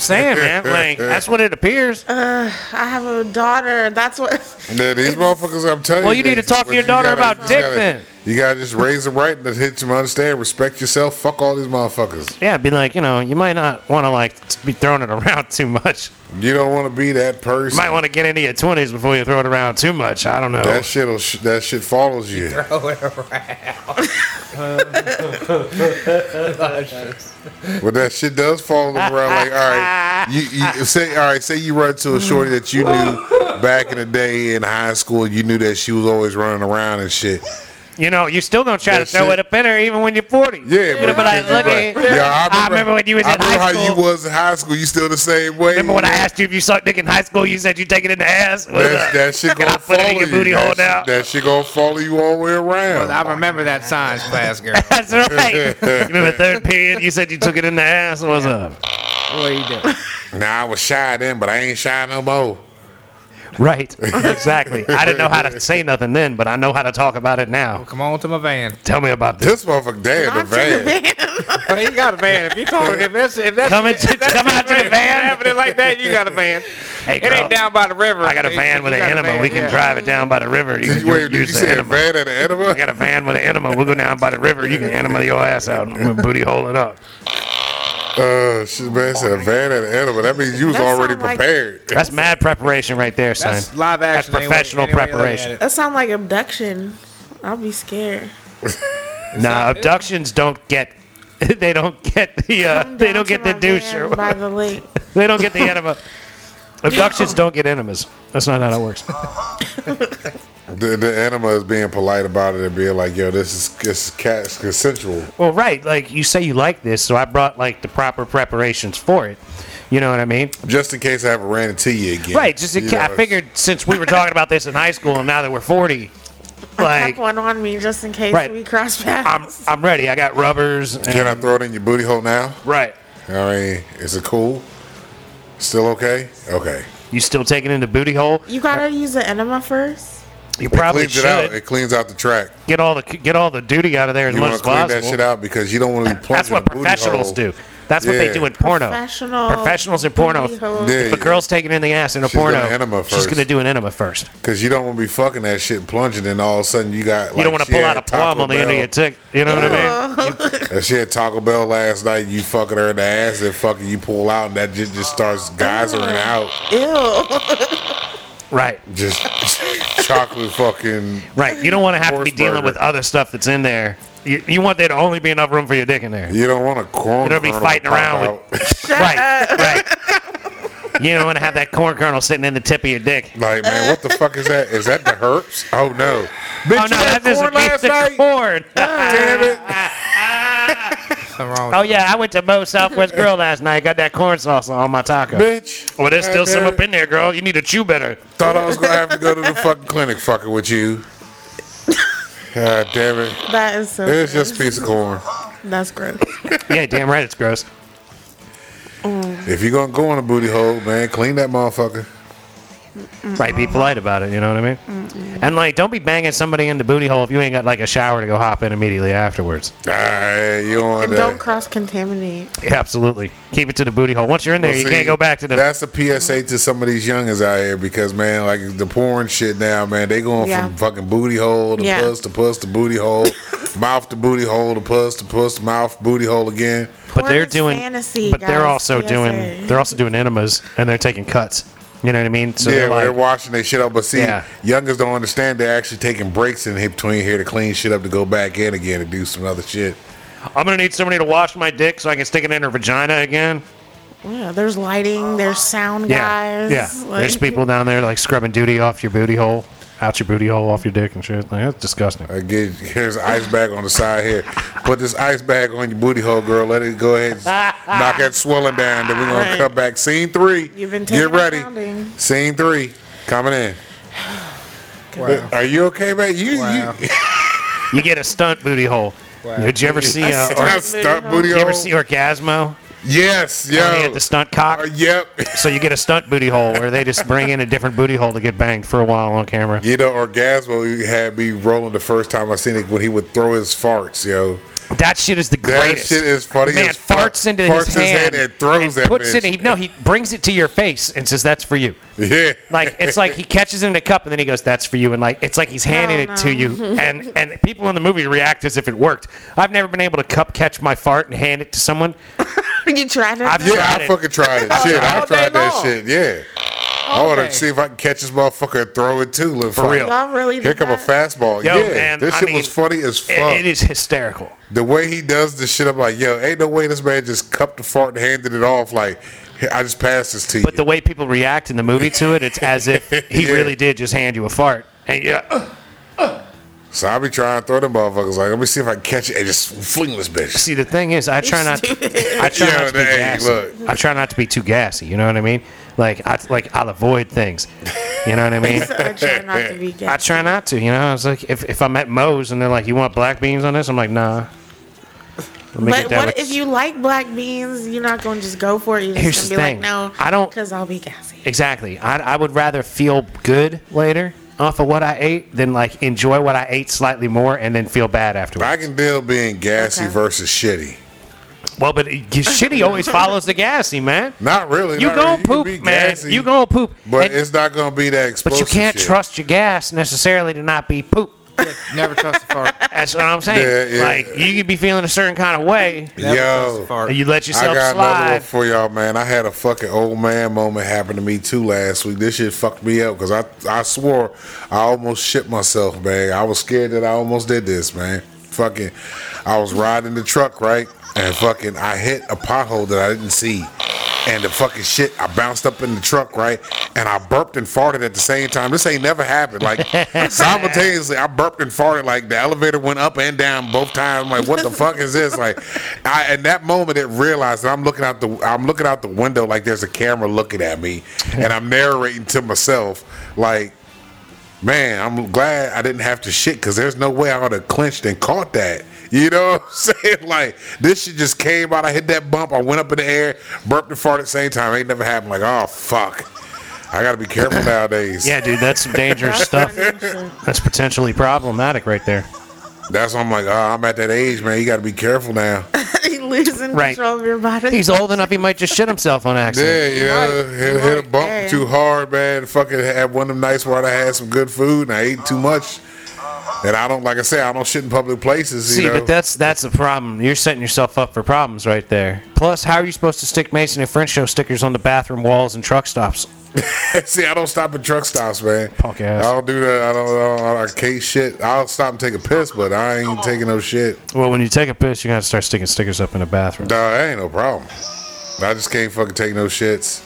A: saying, man, like that's what it appears.
B: I have a daughter. That's what.
C: Now, these motherfuckers, I'm telling
A: oh,
C: you.
A: Well, you need
C: they-
A: to talk to
C: but
A: your
C: you
A: daughter
C: gotta-
A: about
C: you
A: dick,
C: gotta-
A: then.
C: You gotta just raise them right and hit them understand, respect yourself, fuck all these motherfuckers.
A: Yeah, be like, you know, you might not want to like be throwing it around too much.
C: You don't want to be that
A: You
C: person.
A: might want to get into your twenties before you throw it around too much. I don't know.
C: that shit'll sh- that shit follows you.
D: Oh, around.
C: But that shit does follow them around. Like, all right, you, you say, all right, say you run to a shorty that you knew back in the day in high school. You knew that she was always running around and shit.
A: You know, you still gonna try to
C: That
A: throw
C: shit-
A: it up in her even when you're forty.
C: Yeah,
A: you know, but I look
C: right.
A: at.
C: yeah,
A: I remember when you was
C: I
A: in high
C: remember how
A: school.
C: you was in high school. You still the same way.
A: Remember when I asked you if you sucked dick in high school? You said you take it in the ass. What was
C: That, that shit
A: Can
C: gonna
A: I put it
C: follow
A: in your
C: you.
A: booty
C: that,
A: hole
C: shit-
A: now?
C: that shit gonna follow you all the way around.
D: I remember that science class girl.
A: That's right. you remember third period? You said you took it in the ass. What's up?
D: What are you doing?
C: Nah, I was shy then, but I ain't shy no more.
A: Right. Exactly. I didn't know how to say nothing then, but I know how to talk about it now.
D: Come on to my van.
A: Tell me about this.
C: This motherfucker, damn, the
B: I'm to the
C: van.
B: van.
D: Well, you got a van. If you told if that's if that's
A: Come, into, come out to the van.
D: happening like that, you got a van.
A: Hey,
D: It
A: girl,
D: ain't down by the river.
A: I got a van with an enema. We can drive it down by the river. You
C: Did
A: can
C: you, wait, did you
A: use the
C: say a
A: enema.
C: van and an
A: I
C: enema?
A: got a van with an enema. We'll go down by the river. You can enema your ass out and we'll booty hole it up.
C: Uh, shit, man said a van and an enema. That means you was
B: That sound
C: already
B: like-
C: prepared.
A: That's mad preparation right there, son.
D: That's live action.
A: That's professional preparation.
B: That sounds like abduction. I'll be scared.
A: Nah, abductions don't get. They don't get the. Uh,
B: Come
A: they
B: down
A: don't
B: to
A: get the
B: my
A: douche.
B: van
A: Or,
B: by the lake.
A: they don't get the enema. Abductions don't get enemas. That's not how that works.
C: The, the enema is being polite about it and being like, yo, this is this is cat- it's consensual.
A: Well, right. Like you say, you like this, so I brought like the proper preparations for it. You know what I mean?
C: Just in case I ever ran into you again.
A: Right. Just in
C: You
A: ca-
C: know,
A: I figured since we were talking about this in high school, and now that we're forty, like
B: Have one on me just in case
A: Right.
B: we cross
A: I'm
B: paths.
A: I'm ready. I got rubbers. And,
C: Can I throw it in your booty hole now?
A: right.
C: I mean, is it cool? Still okay? Okay.
A: You still taking in the booty hole?
B: you gotta use the enema first.
A: You probably
C: it cleans it out.
A: should
C: It cleans out the track.
A: get all the get all the duty out of there as
C: You
A: much
C: want
A: as
C: to clean
A: possible.
C: that shit out because you don't want to be plunging
A: That's what
C: a booty
A: professionals
C: hole.
A: do. That's what
C: Yeah.
A: they do in porno.
B: Professional
A: Professionals in porno.
B: booty hole.
C: Yeah,
A: If a girl's taking in the ass in a
C: She's
A: porno,
C: gonna enema
A: she's
C: first.
A: going to do an enema first.
C: Because you don't want to be fucking that shit and plunging, and all of a sudden you got. Like,
A: you don't want to
C: she
A: pull
C: had
A: out a plum
C: Taco
A: on the end of
C: Bell-
A: your tick. You know what I mean?
B: Oh.
C: That she had Taco Bell last night. You fucking her in the ass, and fucking you pull out, and that shit just starts geysering out.
B: Ew.
A: Right,
C: Just chocolate fucking.
A: right. You don't want to have to be
C: Horse
A: dealing
C: burger.
A: with other stuff that's in there. You, you want there to only be enough room for your dick in there.
C: You don't want to corn.
A: It'll be
C: kernel
A: fighting
C: pop
A: around
C: out.
A: Right, right. You don't want to have that corn kernel sitting in the tip of your dick.
C: Like, man, what the fuck is that? Is that the herps? Oh no! Bitch,
A: Oh no, that doesn't mean the corn.
C: Damn it!
D: Something wrong with
A: Oh yeah, I went to Moe's Southwest Grill last night. Got that corn sauce on my taco.
C: Bitch.
A: Well, there's still
C: God damn
A: some up
C: it.
A: in there, girl. You need to chew better.
C: Thought I was gonna have to go to the fucking clinic, fucking with you. God damn it!
B: That is so.
C: It's
B: gross.
C: just a piece of corn.
B: That's gross.
A: Yeah, damn right, it's gross.
C: If you're gonna go on a booty hole, man, clean that motherfucker.
A: Right, be polite about it. You know what I mean? And like, don't be banging somebody in the booty hole if you ain't got like a shower to go hop in immediately afterwards.
C: Alright, you don't want
B: And
C: that.
B: don't cross contaminate.
A: Yeah, absolutely, keep it to the booty hole. Once you're in there,
C: Well,
A: you
C: see,
A: can't go back to the.
C: That's a PSA to some of these youngins out here because man, like the porn shit now, man, they going
B: Yeah.
C: from fucking booty hole to
B: Yeah.
C: puss to puss to booty hole, mouth to booty hole to puss to puss to mouth booty hole again.
A: but they're
B: Porn is
A: doing.
B: fantasy,
A: but they're
B: guys.
A: also
B: PSA.
A: doing. They're also doing enemas and they're taking cuts. You know what I mean? So
C: yeah,
A: they're
C: they're,
A: like,
C: washing their shit up. But see,
A: Yeah.
C: youngers don't understand they're actually taking breaks in between here to clean shit up to go back in again and do some other shit.
A: I'm gonna need somebody to wash my dick so I can stick it in her vagina again.
B: Yeah, there's lighting, there's sound
A: Yeah,
B: guys.
A: yeah.
B: like-
A: There's people down there like scrubbing duty off your booty hole, out your booty hole, off your dick and shit. Like that's disgusting.
C: I get here's an ice bag on the side here. Put this ice bag on your booty hole, girl. Let it go ahead, and knock that swelling down. Then we're gonna
B: Right.
C: come back. Scene three.
B: You've been
C: get
B: taking a
C: ready.
B: pounding.
C: Scene three coming in.
D: Wow.
C: Are you okay, man? You,
D: Wow.
C: you
A: You get a stunt booty hole. Did you ever see? Uh,
C: That's
A: or,
C: not stunt booty
A: you ever
C: hole.
A: see Orgasmo?
C: Yes,
A: When he
C: yo.
A: had the stunt cock.
C: Uh, yep.
A: So you get a stunt booty hole where they just bring in a different booty hole to get banged for a while on camera.
C: You know, Orgasmo had me rolling the first time I seen it when he would throw his farts, yo.
A: That shit is the
C: That
A: greatest.
C: shit is funny
A: Man
C: as fuck.
A: farts into his,
C: Farts his
A: hand
C: hand and throws
A: and
C: that
A: puts it.
C: bitch.
A: He, no, he brings it to your face and says, "That's for you."
C: Yeah.
A: Like it's like he catches it in a cup and then he goes, "That's for you," and like it's like he's handing it to you. And and people in the movie react as if it worked. I've never been able to cup catch my fart and hand it to someone.
B: you tried it?
A: I've-
C: yeah,
A: Tried
C: I
A: it.
C: fucking tried it. Shit, I
D: All day
C: tried that
D: long.
C: shit. Yeah. I want
D: day.
C: to see if I can catch this motherfucker and throw it too. Look, for
A: real.
B: Y'all really
C: Here
B: did
C: come a
B: that?
C: fastball.
A: Yo,
C: yeah,
A: man,
C: this
A: I
C: shit
A: mean,
C: was funny as fuck.
A: It, it is hysterical.
C: The way he does this shit, I'm like, yo, ain't no way this man just cupped the fart and handed it off. Like, "Here, I just passed this to you.
A: But the way people react in the movie to it, it's as if he
C: Yeah.
A: really did just hand you a fart. And yeah,
C: so I be trying to throw them motherfuckers. Like, let me see if I can catch it and just fling this bitch.
A: See, the thing is, I try not. I try
C: Yeah,
A: not to be
C: hey,
A: gassy.
C: look.
A: I try not to be too gassy. You know what I mean? Like, I like I'll avoid things. You know what I mean?
B: I try not to be gay.
A: I try not to. You know, I was like, if, if I'm at Moe's and they're like, "You want black beans on this?" I'm like, "Nah." Let me
B: But what
A: with-
B: if you like black beans? You're not going to just go for it. You're
A: Here's
B: just
A: the
B: going to be
A: thing.
B: like, no,
A: I don't-
B: because I'll be gassy.
A: Exactly. I, I would rather feel good later off of what I ate than like enjoy what I ate slightly more and then feel bad afterwards.
C: I can deal being gassy
B: Okay.
C: versus shitty.
A: Well, but it- shitty always follows the gassy, man.
C: Not really.
A: You
C: not
A: gonna
C: really. can
A: poop,
C: be
A: man.
C: gassy,
A: You gonna poop.
C: But
A: And-
C: it's not gonna be that
A: But
C: explosive.
A: you can't
C: shit.
A: trust your gas necessarily to not be poop.
D: Never trust a fart.
A: That's what I'm saying.
C: Yeah, yeah.
A: Like you could be feeling a certain kind of way,
D: Never trust
C: Yo,
D: a fart.
A: and you let
C: I
A: yourself
C: got another one
A: slide.
C: for y'all, man. I had a fucking old man moment happen to me too last week. This shit fucked me up because I I swore I almost shit myself, man. I was scared that I almost did this, man. Fucking, I was riding the truck right, and fucking, I hit a pothole that I didn't see, and the fucking shit, I bounced up in the truck right, and I burped and farted at the same time. This ain't never happened. Like simultaneously, I burped and farted. Like the elevator went up and down both times. I'm like, what the fuck is this? Like, I in that moment it realized that I'm looking out the I'm looking out the window like there's a camera looking at me, and I'm narrating to myself like. Man, I'm glad I didn't have to shit because there's no way I would have clinched and caught that. You know what I'm saying? Like, this shit just came out. I hit that bump. I went up in the air, burped and farted at the same time. Ain't never happened. Like, oh, fuck. I got to be careful nowadays.
A: Yeah, dude, that's some dangerous stuff.
B: That's funny as shit.
A: That's potentially problematic right there.
C: That's why I'm like, oh, I'm at that age, man. You got to be careful now.
B: You're losing
A: Right.
B: control of your body.
A: He's old enough; he might just shit himself on accident.
C: Yeah, you know, hit, hit a bump
B: Yeah.
C: too hard, man. Fucking had one of them nights where I had some good food and I ate too much. And I don't, like I said, I don't shit in public places. You
A: See,
C: know?
A: but that's that's the problem. You're setting yourself up for problems right there. Plus, how are you supposed to stick Mason and French show stickers on the bathroom walls and truck stops?
C: See, I don't stop at truck stops, man.
A: Punk ass.
C: I don't do that. I don't. I, don't, I can't shit. I'll stop and take a piss, but I ain't taking no shit.
A: Well, when you take a piss, you're gonna start sticking stickers up in the bathroom.
C: Nah, that ain't no problem. I just can't fucking take no shits.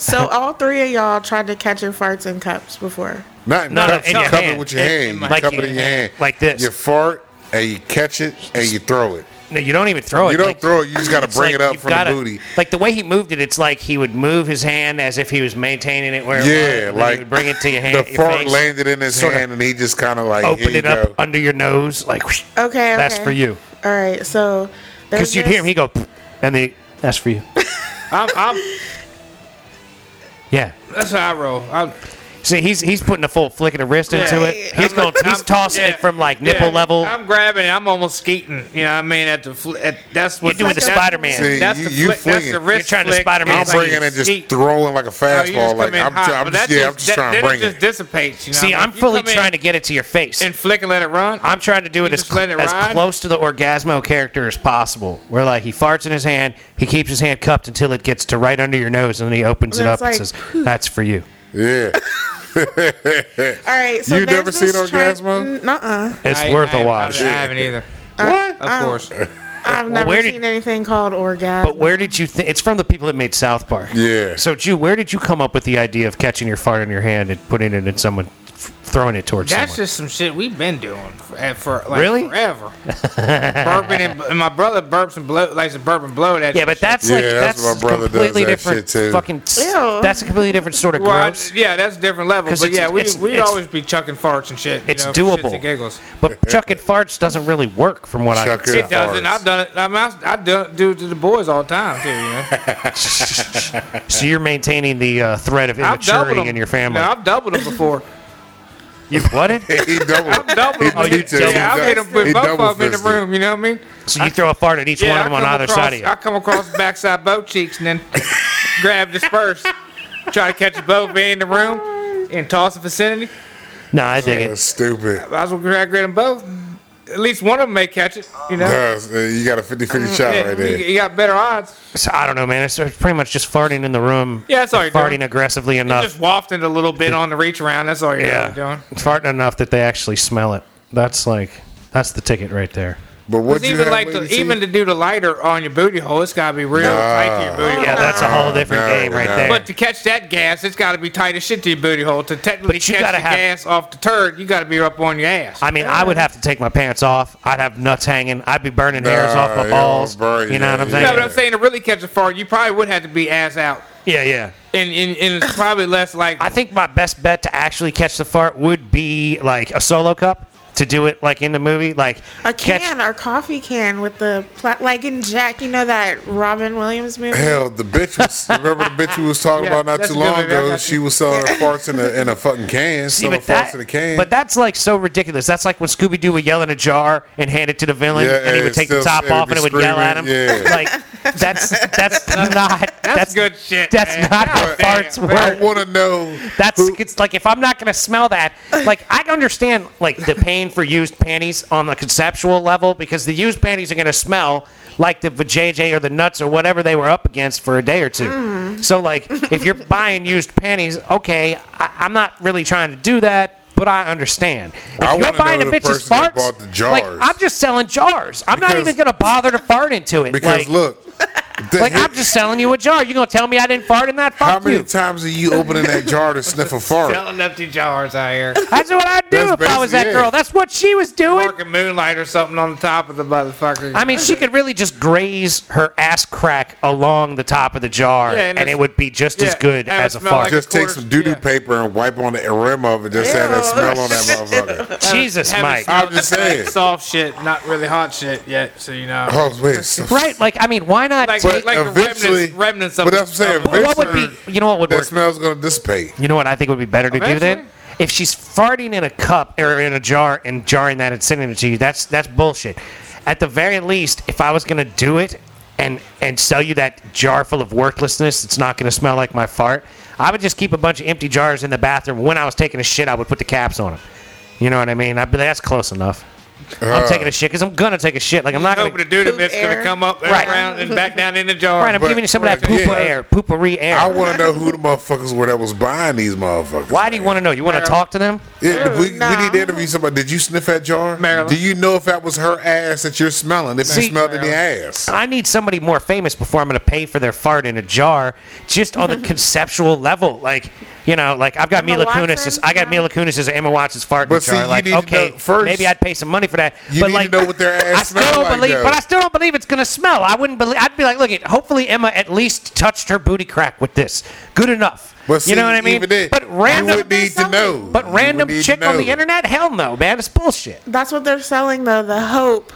B: so all three of y'all tried to catch your farts in cups before.
C: Not
A: No,
C: no,
A: no,
C: cup,
A: in your
C: cup it
A: hand.
C: with your
A: In- in
C: hand.
A: my-
C: You
A: Like
C: cup it
A: you-
C: in your hand
A: like this.
C: You fart and you catch it and you throw it.
A: No, you don't even throw it.
C: You don't
A: like-
C: throw it. You just gotta
A: It's
C: bring it up
A: you've
C: from the
A: gotta-
C: booty.
A: Like the way he moved it, it's like he would move his hand as if he was maintaining it where it was,
C: Yeah,
A: and then he
C: like
A: would bring it to your hand.
C: The
A: your
C: fart
A: face,
C: landed in his
A: sorta
C: hand and he just kind of like
A: Open
C: here
A: it
C: you
A: up Oh,
C: go.
A: under your nose, like whoosh,
B: Okay, okay.
A: that's for you.
B: All right, so
A: Because
B: there's
A: you'd hear him,
B: this-
A: he go, "Pfft," and they, that's for you.
D: I'm, I'm,
A: Yeah.
D: that's how I roll. I'm,
A: See, he's he's putting a full flick of the wrist into
B: Yeah.
A: it. He's going, he's
D: I'm-
A: tossing
D: yeah,
A: it from like nipple
D: yeah.
A: level.
D: I'm grabbing it. I'm almost skeeting. You know, what I mean, at the fl- at, that's what
A: You're doing the
D: that's-
A: Spider-Man.
C: See,
D: That's
C: you-
D: the
C: you
D: flick, that's
C: fling
D: the
C: it.
D: wrist
A: You're trying to
D: flick,
A: Spider-Man
D: and
C: I'm
A: It's
D: it's like
C: bringing
D: you
C: it just
D: skeet.
C: throwing like a
D: No, you
C: fastball.
D: just
C: Like
D: come in
C: I'm,
D: hot,
C: try- I'm
D: but
C: just
D: that
C: yeah, I'm just
D: that-
C: trying to
D: then
C: bring
D: it. just
C: it.
D: dissipates. You know
A: See,
D: what I mean?
A: I'm
D: You
A: fully
D: come in
A: trying to get it to your face.
D: and flick and let it run.
A: I'm trying to do it as,
D: just let it
A: as
D: ride?
A: close to the Orgasmo character as possible. Where like he farts in his hand, he keeps his hand cupped until it gets to right under your nose, and then he opens it
B: And
A: up
B: it's
A: and
B: like,
A: says, "That's for you."
C: Yeah.
B: All right, so
C: You
B: there's
C: never
B: this
C: seen Orgasmo?
B: Nuh uh.
A: It's
D: I-
A: worth
D: I-
A: a
D: I-
A: watch.
D: I haven't either.
A: What?
D: Of course.
B: I've never
A: where did-
B: seen anything called orgasm.
A: But where did you think it's from the people that made South Park?
C: Yeah.
A: So, Jew, where did you come up with the idea of catching your fart in your hand and putting it in someone, f- throwing it towards
D: That's
A: someone?
D: just some shit we've been doing for, eh, for like
A: Really?
D: forever. burping and, and my brother burps and blow likes to burp and blow that.
A: yeah, but that's like
C: Yeah,
A: that's,
C: that's what my brother does
A: completely
C: that
A: different.
C: shit too.
A: Fucking.
B: Ew.
A: That's a completely different sort of
D: Well, I-
A: gross.
D: yeah, that's a different level.
A: 'Cause
D: But
A: it's-
D: yeah, we
A: it's-
D: we
A: it's-
D: always be chucking farts and shit. you
A: It's
D: know, for shits
A: doable.
D: and giggles.
A: But chucking farts doesn't really work, from what I
C: Chucking
A: can
D: It doesn't.
C: Farts.
D: I've done it. I, mean, I, I do, do it to the boys all the time too. You know,
A: tell. So you're maintaining the uh, thread of
D: I've doubled
A: immaturity
D: them
A: in your family.
D: No, I've doubled them before.
A: You what? It?
C: he double.
D: doubled them.
A: Oh, you double-
D: yeah, I've hit them
C: he
D: with both
C: double
D: of them in the
C: fisted.
D: room. You know what I mean?
A: So you throw a fart at each one of them on either
D: across,
A: side of you.
D: I come across the backside both cheeks and then grab the spurs, try to catch the both being in the room and toss the vicinity.
A: no, I dig
C: That's
A: it.
C: stupid.
D: Might as well grab, grab them both. At least one of them may catch it, you know.
C: That's- uh, you got a 50 50 shot
D: Yeah,
C: right
D: you,
C: there.
D: you got better odds.
A: So I don't know, man. It's pretty much just farting in the room.
D: Yeah, that's all you're
A: farting
D: doing.
A: aggressively enough.
D: Just wafting a little bit on the reach around. That's all you're
A: Uh, Yeah,
D: really doing.
A: farting enough that they actually smell it. That's like that's the ticket right there.
C: But
D: 'Cause
C: what you
D: even
C: have,
D: like
C: lady
D: to,
C: T?
D: even to do the lighter on your booty hole, it's gotta be real tight to your booty. hole.
A: Yeah, that's a whole different
C: Oh, no,
A: game right
C: no.
A: there.
D: But to catch that gas, it's got to be tight as shit to your booty hole. To technically
A: But you
D: catch
A: gotta
D: the
A: have-
D: gas off the turd, you got to be up on your ass.
A: I mean, I would have to take my pants off. I'd have nuts hanging. I'd be burning hairs
C: Nah,
A: off my
C: yeah,
A: balls.
C: burn,
A: you know
C: yeah,
A: what I'm
C: yeah.
A: saying?
D: no, but I'm saying to really catch a fart, you probably would have to be ass out,
A: yeah, yeah.
D: and and, and it's probably less like.
A: I think my best bet to actually catch the fart would be like a solo cup to do it like in the movie, like
B: a
A: catch-
B: can, or coffee can with the pla- like in Jack. You know that Robin Williams movie.
C: Hell, the bitch was. Remember the bitch we was talking
D: Yeah,
C: about not
D: that's
C: too
D: a good
C: long
D: movie. I
C: ago?
D: got
C: She
D: you.
C: was selling her farts in a, in a fucking can.
A: See,
C: selling
A: but,
C: farts
A: that,
C: in a can.
A: but that's like so ridiculous. That's like when Scooby Doo would yell in a jar and hand it to the villain,
C: Yeah,
A: and he would
C: and
A: take the
C: still-
A: top
C: and
A: off
C: be
A: and it would yell at him.
C: screaming, yeah.
A: Like that's that's not that's,
D: good shit,
A: That's
D: man.
A: not how
D: Damn,
A: farts
D: man.
A: work.
C: I want to know.
A: That's it's like if I'm not gonna smell that, like I understand like the pain for used panties on the conceptual level because the used panties are gonna smell like the vajayjay or the nuts or whatever they were up against for a day or two.
C: Mm-hmm.
A: So like if you're buying used panties, okay, I, I'm not really trying to do that. But I understand. If
C: I
A: you're
C: wanna
A: buying a
C: know the
A: bitch's
C: person that
A: farts,
C: bought the
A: like,
C: jars.
A: I'm just selling jars. I'm not
C: Because-
A: even gonna bother to fart into it. like,
C: Because look. the-
A: like I'm just selling you a jar. You're gonna tell me I didn't fart in that? Fuck
C: How many
A: you.
C: times are you opening that jar to sniff a fart?
D: Selling up to jars out here,
A: That's what I'd do
C: That's
A: if I was that
C: basic, yeah.
A: girl. That's what she was doing.
D: parking moonlight or something on the top of the motherfucker.
A: I mean, she could really just graze her ass crack along the top of the jar,
D: Yeah,
A: and,
D: and
A: it
D: it's-
A: would be just as
D: yeah,
A: good
D: and it
A: as a
D: smell
A: fart.
D: like-
C: Just take some doo doo
D: Yeah.
C: paper and wipe on the rim of it. Just have that
B: Ew.
C: smell on that motherfucker.
A: Jesus,
D: Haven't
A: Mike.
D: smelled
C: I'm just
D: that
C: saying.
D: soft shit, not really hot shit yet. So you know,
C: Oh, wait. so-
A: Right? Like, I mean, why not?
D: like
A: take,
D: like the
C: eventually-
D: remnants, remnants of.
C: but that's what I'm saying,
D: of-
C: eventually-
A: what would be? You know what would
C: That
A: work?
C: smell's going to dissipate.
A: You know what I think would be better to do then?
D: Eventually.
A: If she's farting in a cup or in a jar and jarring that and sending it to you, that's that's bullshit. At the very least, if I was gonna do it and and sell you that jar full of worthlessness, it's not gonna smell like my fart. I would just keep a bunch of empty jars in the bathroom. When I was taking a shit, I would put the caps on them. You know what I mean? I'd be like, that's close enough. I'm taking a shit because I'm gonna take a shit. Like I'm not
D: hoping
A: gonna.
D: to do the bit's
B: Air.
D: gonna come up and
A: Right.
D: around and back down in the jar.
A: Right, I'm
C: but-
A: giving you some of that
C: right,
A: pooper
C: yeah.
A: air, poopery air.
C: I want to know who the motherfuckers were that was buying these motherfuckers.
A: Why do you want to know? You want to talk to them?
C: Yeah, we,
B: Nah.
C: we need to interview somebody. Did you sniff that jar?
D: Marilyn.
C: Do you know if that was her ass that you're smelling? If
A: See-
C: you smelled any ass?
A: I need somebody more famous before I'm going to pay for their fart in a jar, just on the conceptual level. Like, you know, like I've got
B: Emma
A: Mila Kunis.
B: Watson?
A: I got Mila Kunis as Emma Watson's fart in
C: But
A: a
C: see,
A: jar.
C: you
A: like,
C: need to
A: okay,
C: know- first-
A: maybe I'd pay some money for that.
C: You
A: but
C: need
A: like,
C: to know what their
A: I
C: ass
A: still
C: smells
A: don't
C: like.
A: believe,
C: though.
A: but I still don't believe it's going to smell. I wouldn't believe. I'd be like, look, it, hopefully Emma at least touched her booty crack with this. Good enough.
C: But see,
A: you know what I mean?
C: even then,
A: but
C: you
A: random,
C: would need to know. You
A: but
C: would
A: random
C: need to
A: chick on
C: know.
A: the internet? Hell no, man. It's bullshit.
B: That's what they're selling though. The hope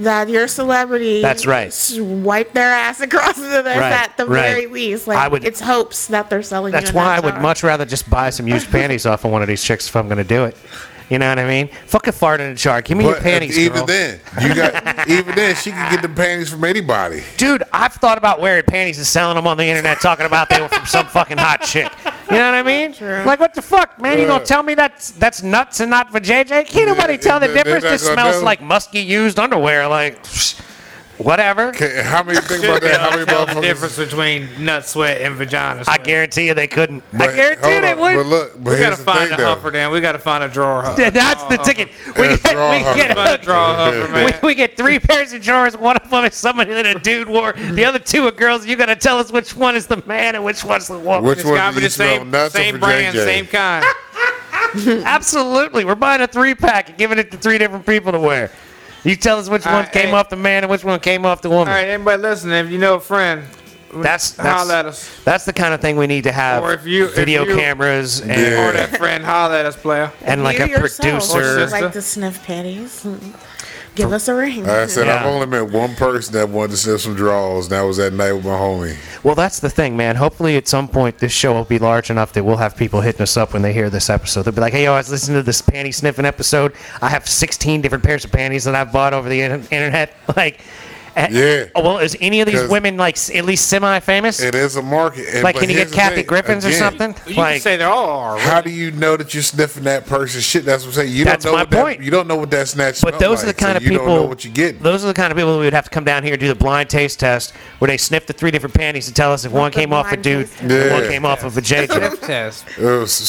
B: that your celebrity
A: That's right.
B: s- wipe their ass across the earth
A: Right,
B: at the
A: right.
B: very least. Like
A: I would-
B: it's hopes that they're selling. you
A: That's
B: in
A: why I
B: that
A: would
B: jar.
A: much rather just buy some used panties off of one of these chicks if I'm going to do it. You know what I mean? Fucking fart in a jar. Give me your
C: But
A: panties,
C: even
A: girl.
C: then, you got even then she could get the panties from anybody.
A: Dude, I've thought about wearing panties and selling them on the internet, talking about they were from some fucking hot chick. You know what I mean?
B: True.
A: Like, what the fuck, man? You
C: Yeah.
A: gonna tell me that's that's nuts and not for JJ? Can't nobody
C: Yeah,
A: tell the
C: they- they're
A: difference.
C: not
A: This
C: gonna
A: smells
C: know.
A: like musky used underwear. Like, whatever.
C: Okay, how many think about that? How many
D: tell the
C: motherfuckers?
D: difference between nut sweat and vagina
A: I
D: sweat.
A: guarantee you they couldn't. I
C: But-
A: guarantee you
C: hold
A: they
C: on, But
A: would.
C: look, but
D: we gotta
C: here's the
D: find
C: thing
D: a
C: though.
D: huffer, Dan. We gotta find a drawer huffer.
A: Yeah, That's the ticket.
C: Yeah,
A: We get,
C: draw
A: we
C: her.
D: Find a
A: get,
D: drawer huffer,
A: we,
D: man.
A: we get three pairs of drawers. One of them is somebody that a dude wore. The other two are girls. You gotta tell us which one is the man and which one's the woman.
C: Which
D: It's
C: one
D: gotta be
C: do you
D: the
C: smell?
D: same,
C: Nuts or
D: same
C: for
D: brand,
C: JJ?
D: same kind.
A: Absolutely, we're buying a three pack and giving it to three different people to wear. You tell us which
D: All
A: one
D: right,
A: came
D: hey.
A: off the man and which one came off the
D: All
A: woman.
D: right, anybody listening, if you know a friend,
A: That's
D: holla at
A: that's,
D: us.
A: that's the kind of thing we need to have.
D: Or if you- if
A: video
D: you-
A: cameras and,
D: Or
C: Yeah.
D: that friend, holla at us, player.
A: and like
B: You
A: a
B: yourself
A: producer.
D: Or
B: Like the sniff patties. Give us a ring.
C: I said I've
A: Yeah.
C: only met one person that wanted to send some draws, and that was that night with my homie.
A: Well, that's the thing, man. Hopefully, at some point, this show will be large enough that we'll have people hitting us up when they hear this episode. They'll be like, "Hey, yo, I was listening to this panty sniffing episode. I have 16 different pairs of panties that I've bought over the in- internet." Like, eh,
C: Yeah.
A: oh, Well, is any of these
C: 'Cause-
A: women like s- at least semi-famous?
C: It is a market. and-
A: like,
C: but
A: can you
C: here's
A: get
C: the
A: Kathy
C: thing,
A: Griffins or
C: again,
A: something?
D: You
A: like,
D: can say they all are.
C: How do you know that you're sniffing that person's shit? That's what I'm saying. You
A: That's
C: don't know
A: my
C: what that-
A: point.
C: you don't know what that snatch.
A: But
C: smell
A: those are the
C: like, so
A: kind of
C: you
A: people.
C: don't know what you get.
A: Those are the kind of people we would have to come down here and do the blind taste test, where they sniff the three different panties and tell us if one
B: the
A: came off a
B: blind
A: dude,
B: taste
A: and one
C: Yeah.
A: came off of a JJ.
D: Sniff test.
C: Uh,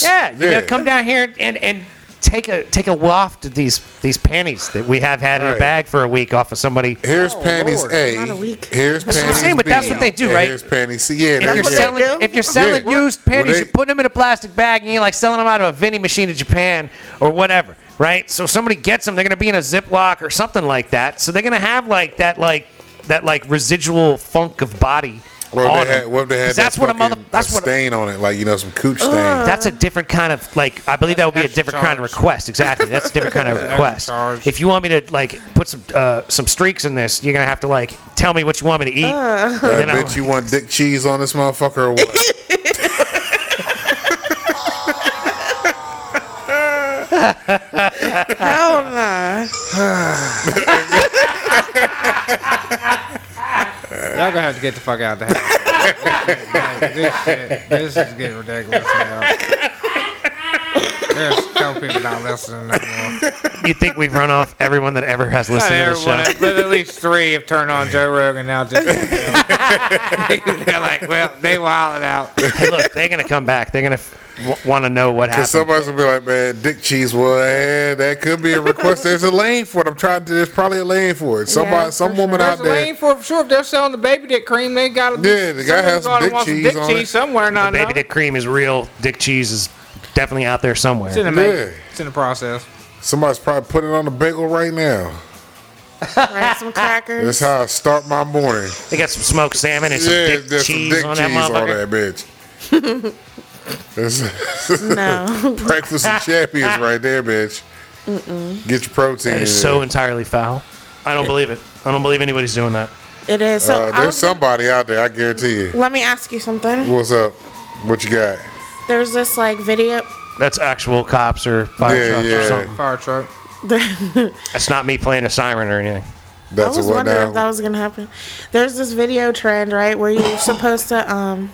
A: yeah, you gotta come down here and, and take a take a waft of these these panties that we have had in a
C: Right.
A: bag for a week off of somebody.
C: Here's panties
D: Lord.
B: Oh, Not a
C: A.
B: week.
C: Here's
A: what I'm
C: panties
A: saying, but that's
C: B,
A: what they do,
C: and
A: right?
C: Here's panties C. Yeah,
A: If
C: that's
A: you're
C: what they-
A: selling,
B: do.
A: if you're selling
C: Yeah.
A: used panties,
C: they-
A: you're putting them in a plastic bag and you're like selling them out of a vending machine in Japan or whatever, right? So somebody gets them, they're gonna be in a Ziploc or something like that. So they're gonna have like that, like that, like residual funk of body.
C: What
A: on
C: if they had,
A: them.
C: what if they
A: 'Cause
C: had
A: that's
C: that
A: what a mother.
C: fucking-
A: That's
C: a
A: what.
C: stain on it, like you know, some cooch stain.
A: That's a different kind of like. I believe that would be a
D: Extra
A: different kind of
D: charge.
A: request. Exactly, that's a different kind of request.
D: charge.
A: If you want me to like put some uh, some streaks in this, you're gonna have to like tell me what you want me to eat.
C: I
A: you know.
C: bet you want dick cheese on this motherfucker or what?
B: Hell nah.
D: Y'all gonna have to get the fuck out of the house. Like, this, shit, this is getting ridiculous now. There's a couple people not listening no more.
A: you think we've run off everyone that ever has
D: Not
A: listened to the
D: everyone,
A: show?
D: but at least three have turned on Joe Rogan now. Just, they're like, well, they wilded out.
A: Hey, look, they're gonna come back. They're gonna f- w- want to know what happened.
C: Because somebody's gonna be like, man, dick cheese. Well, eh, that could be a request. There's a lane for it. I'm trying to. There's probably a lane for it. Somebody,
B: for
C: some
B: sure.
C: woman
D: There's
C: out
D: a
C: there.
D: lane for, for sure. If they're selling the baby dick cream, they gotta be-
C: Yeah, they gotta have
D: someone's
C: some
D: gonna
C: dick
D: want
C: cheese
D: dick
C: on it.
D: cheese somewhere. Not
A: Baby Dick Cream is real. Dick Cheese is definitely out there somewhere.
D: It's in the
C: Yeah.
D: making. It's in the process.
C: Somebody's probably putting it on a bagel right now.
B: Right, some
C: That's
B: crackers.
C: how I start my morning.
A: They got some smoked salmon and some
C: yeah,
A: dick
C: there's
A: cheese
C: some dick
A: on that
C: cheese on
A: motherfucker.
C: that bitch. That's
B: No.
C: breakfast of champions right there, bitch. Get your protein.
A: That
C: in
A: is so
C: there.
A: entirely foul. I don't believe it. I don't believe anybody's doing that.
B: It is. So
C: Uh,
B: I
C: there's
B: was-
C: somebody out there. I guarantee you.
B: let me ask you something.
C: What's up? What you got?
B: There's this like video.
A: That's actual cops or fire
C: Yeah,
A: trucks or
C: yeah.
A: something.
D: Fire truck.
A: That's not me playing a siren or anything.
C: That's
B: I
C: a
B: was
C: what
B: wondering if that
C: now?
B: was gonna happen. There's this video trend, right, where you're supposed to um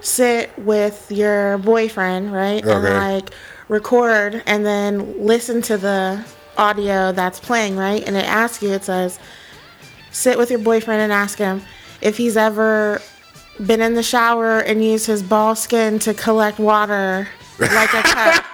B: sit with your boyfriend, right, and
C: Okay.
B: like record and then listen to the audio that's playing, right, and it asks you, it says, sit with your boyfriend and ask him if he's ever been in the shower and used his ball skin to collect water like a cup.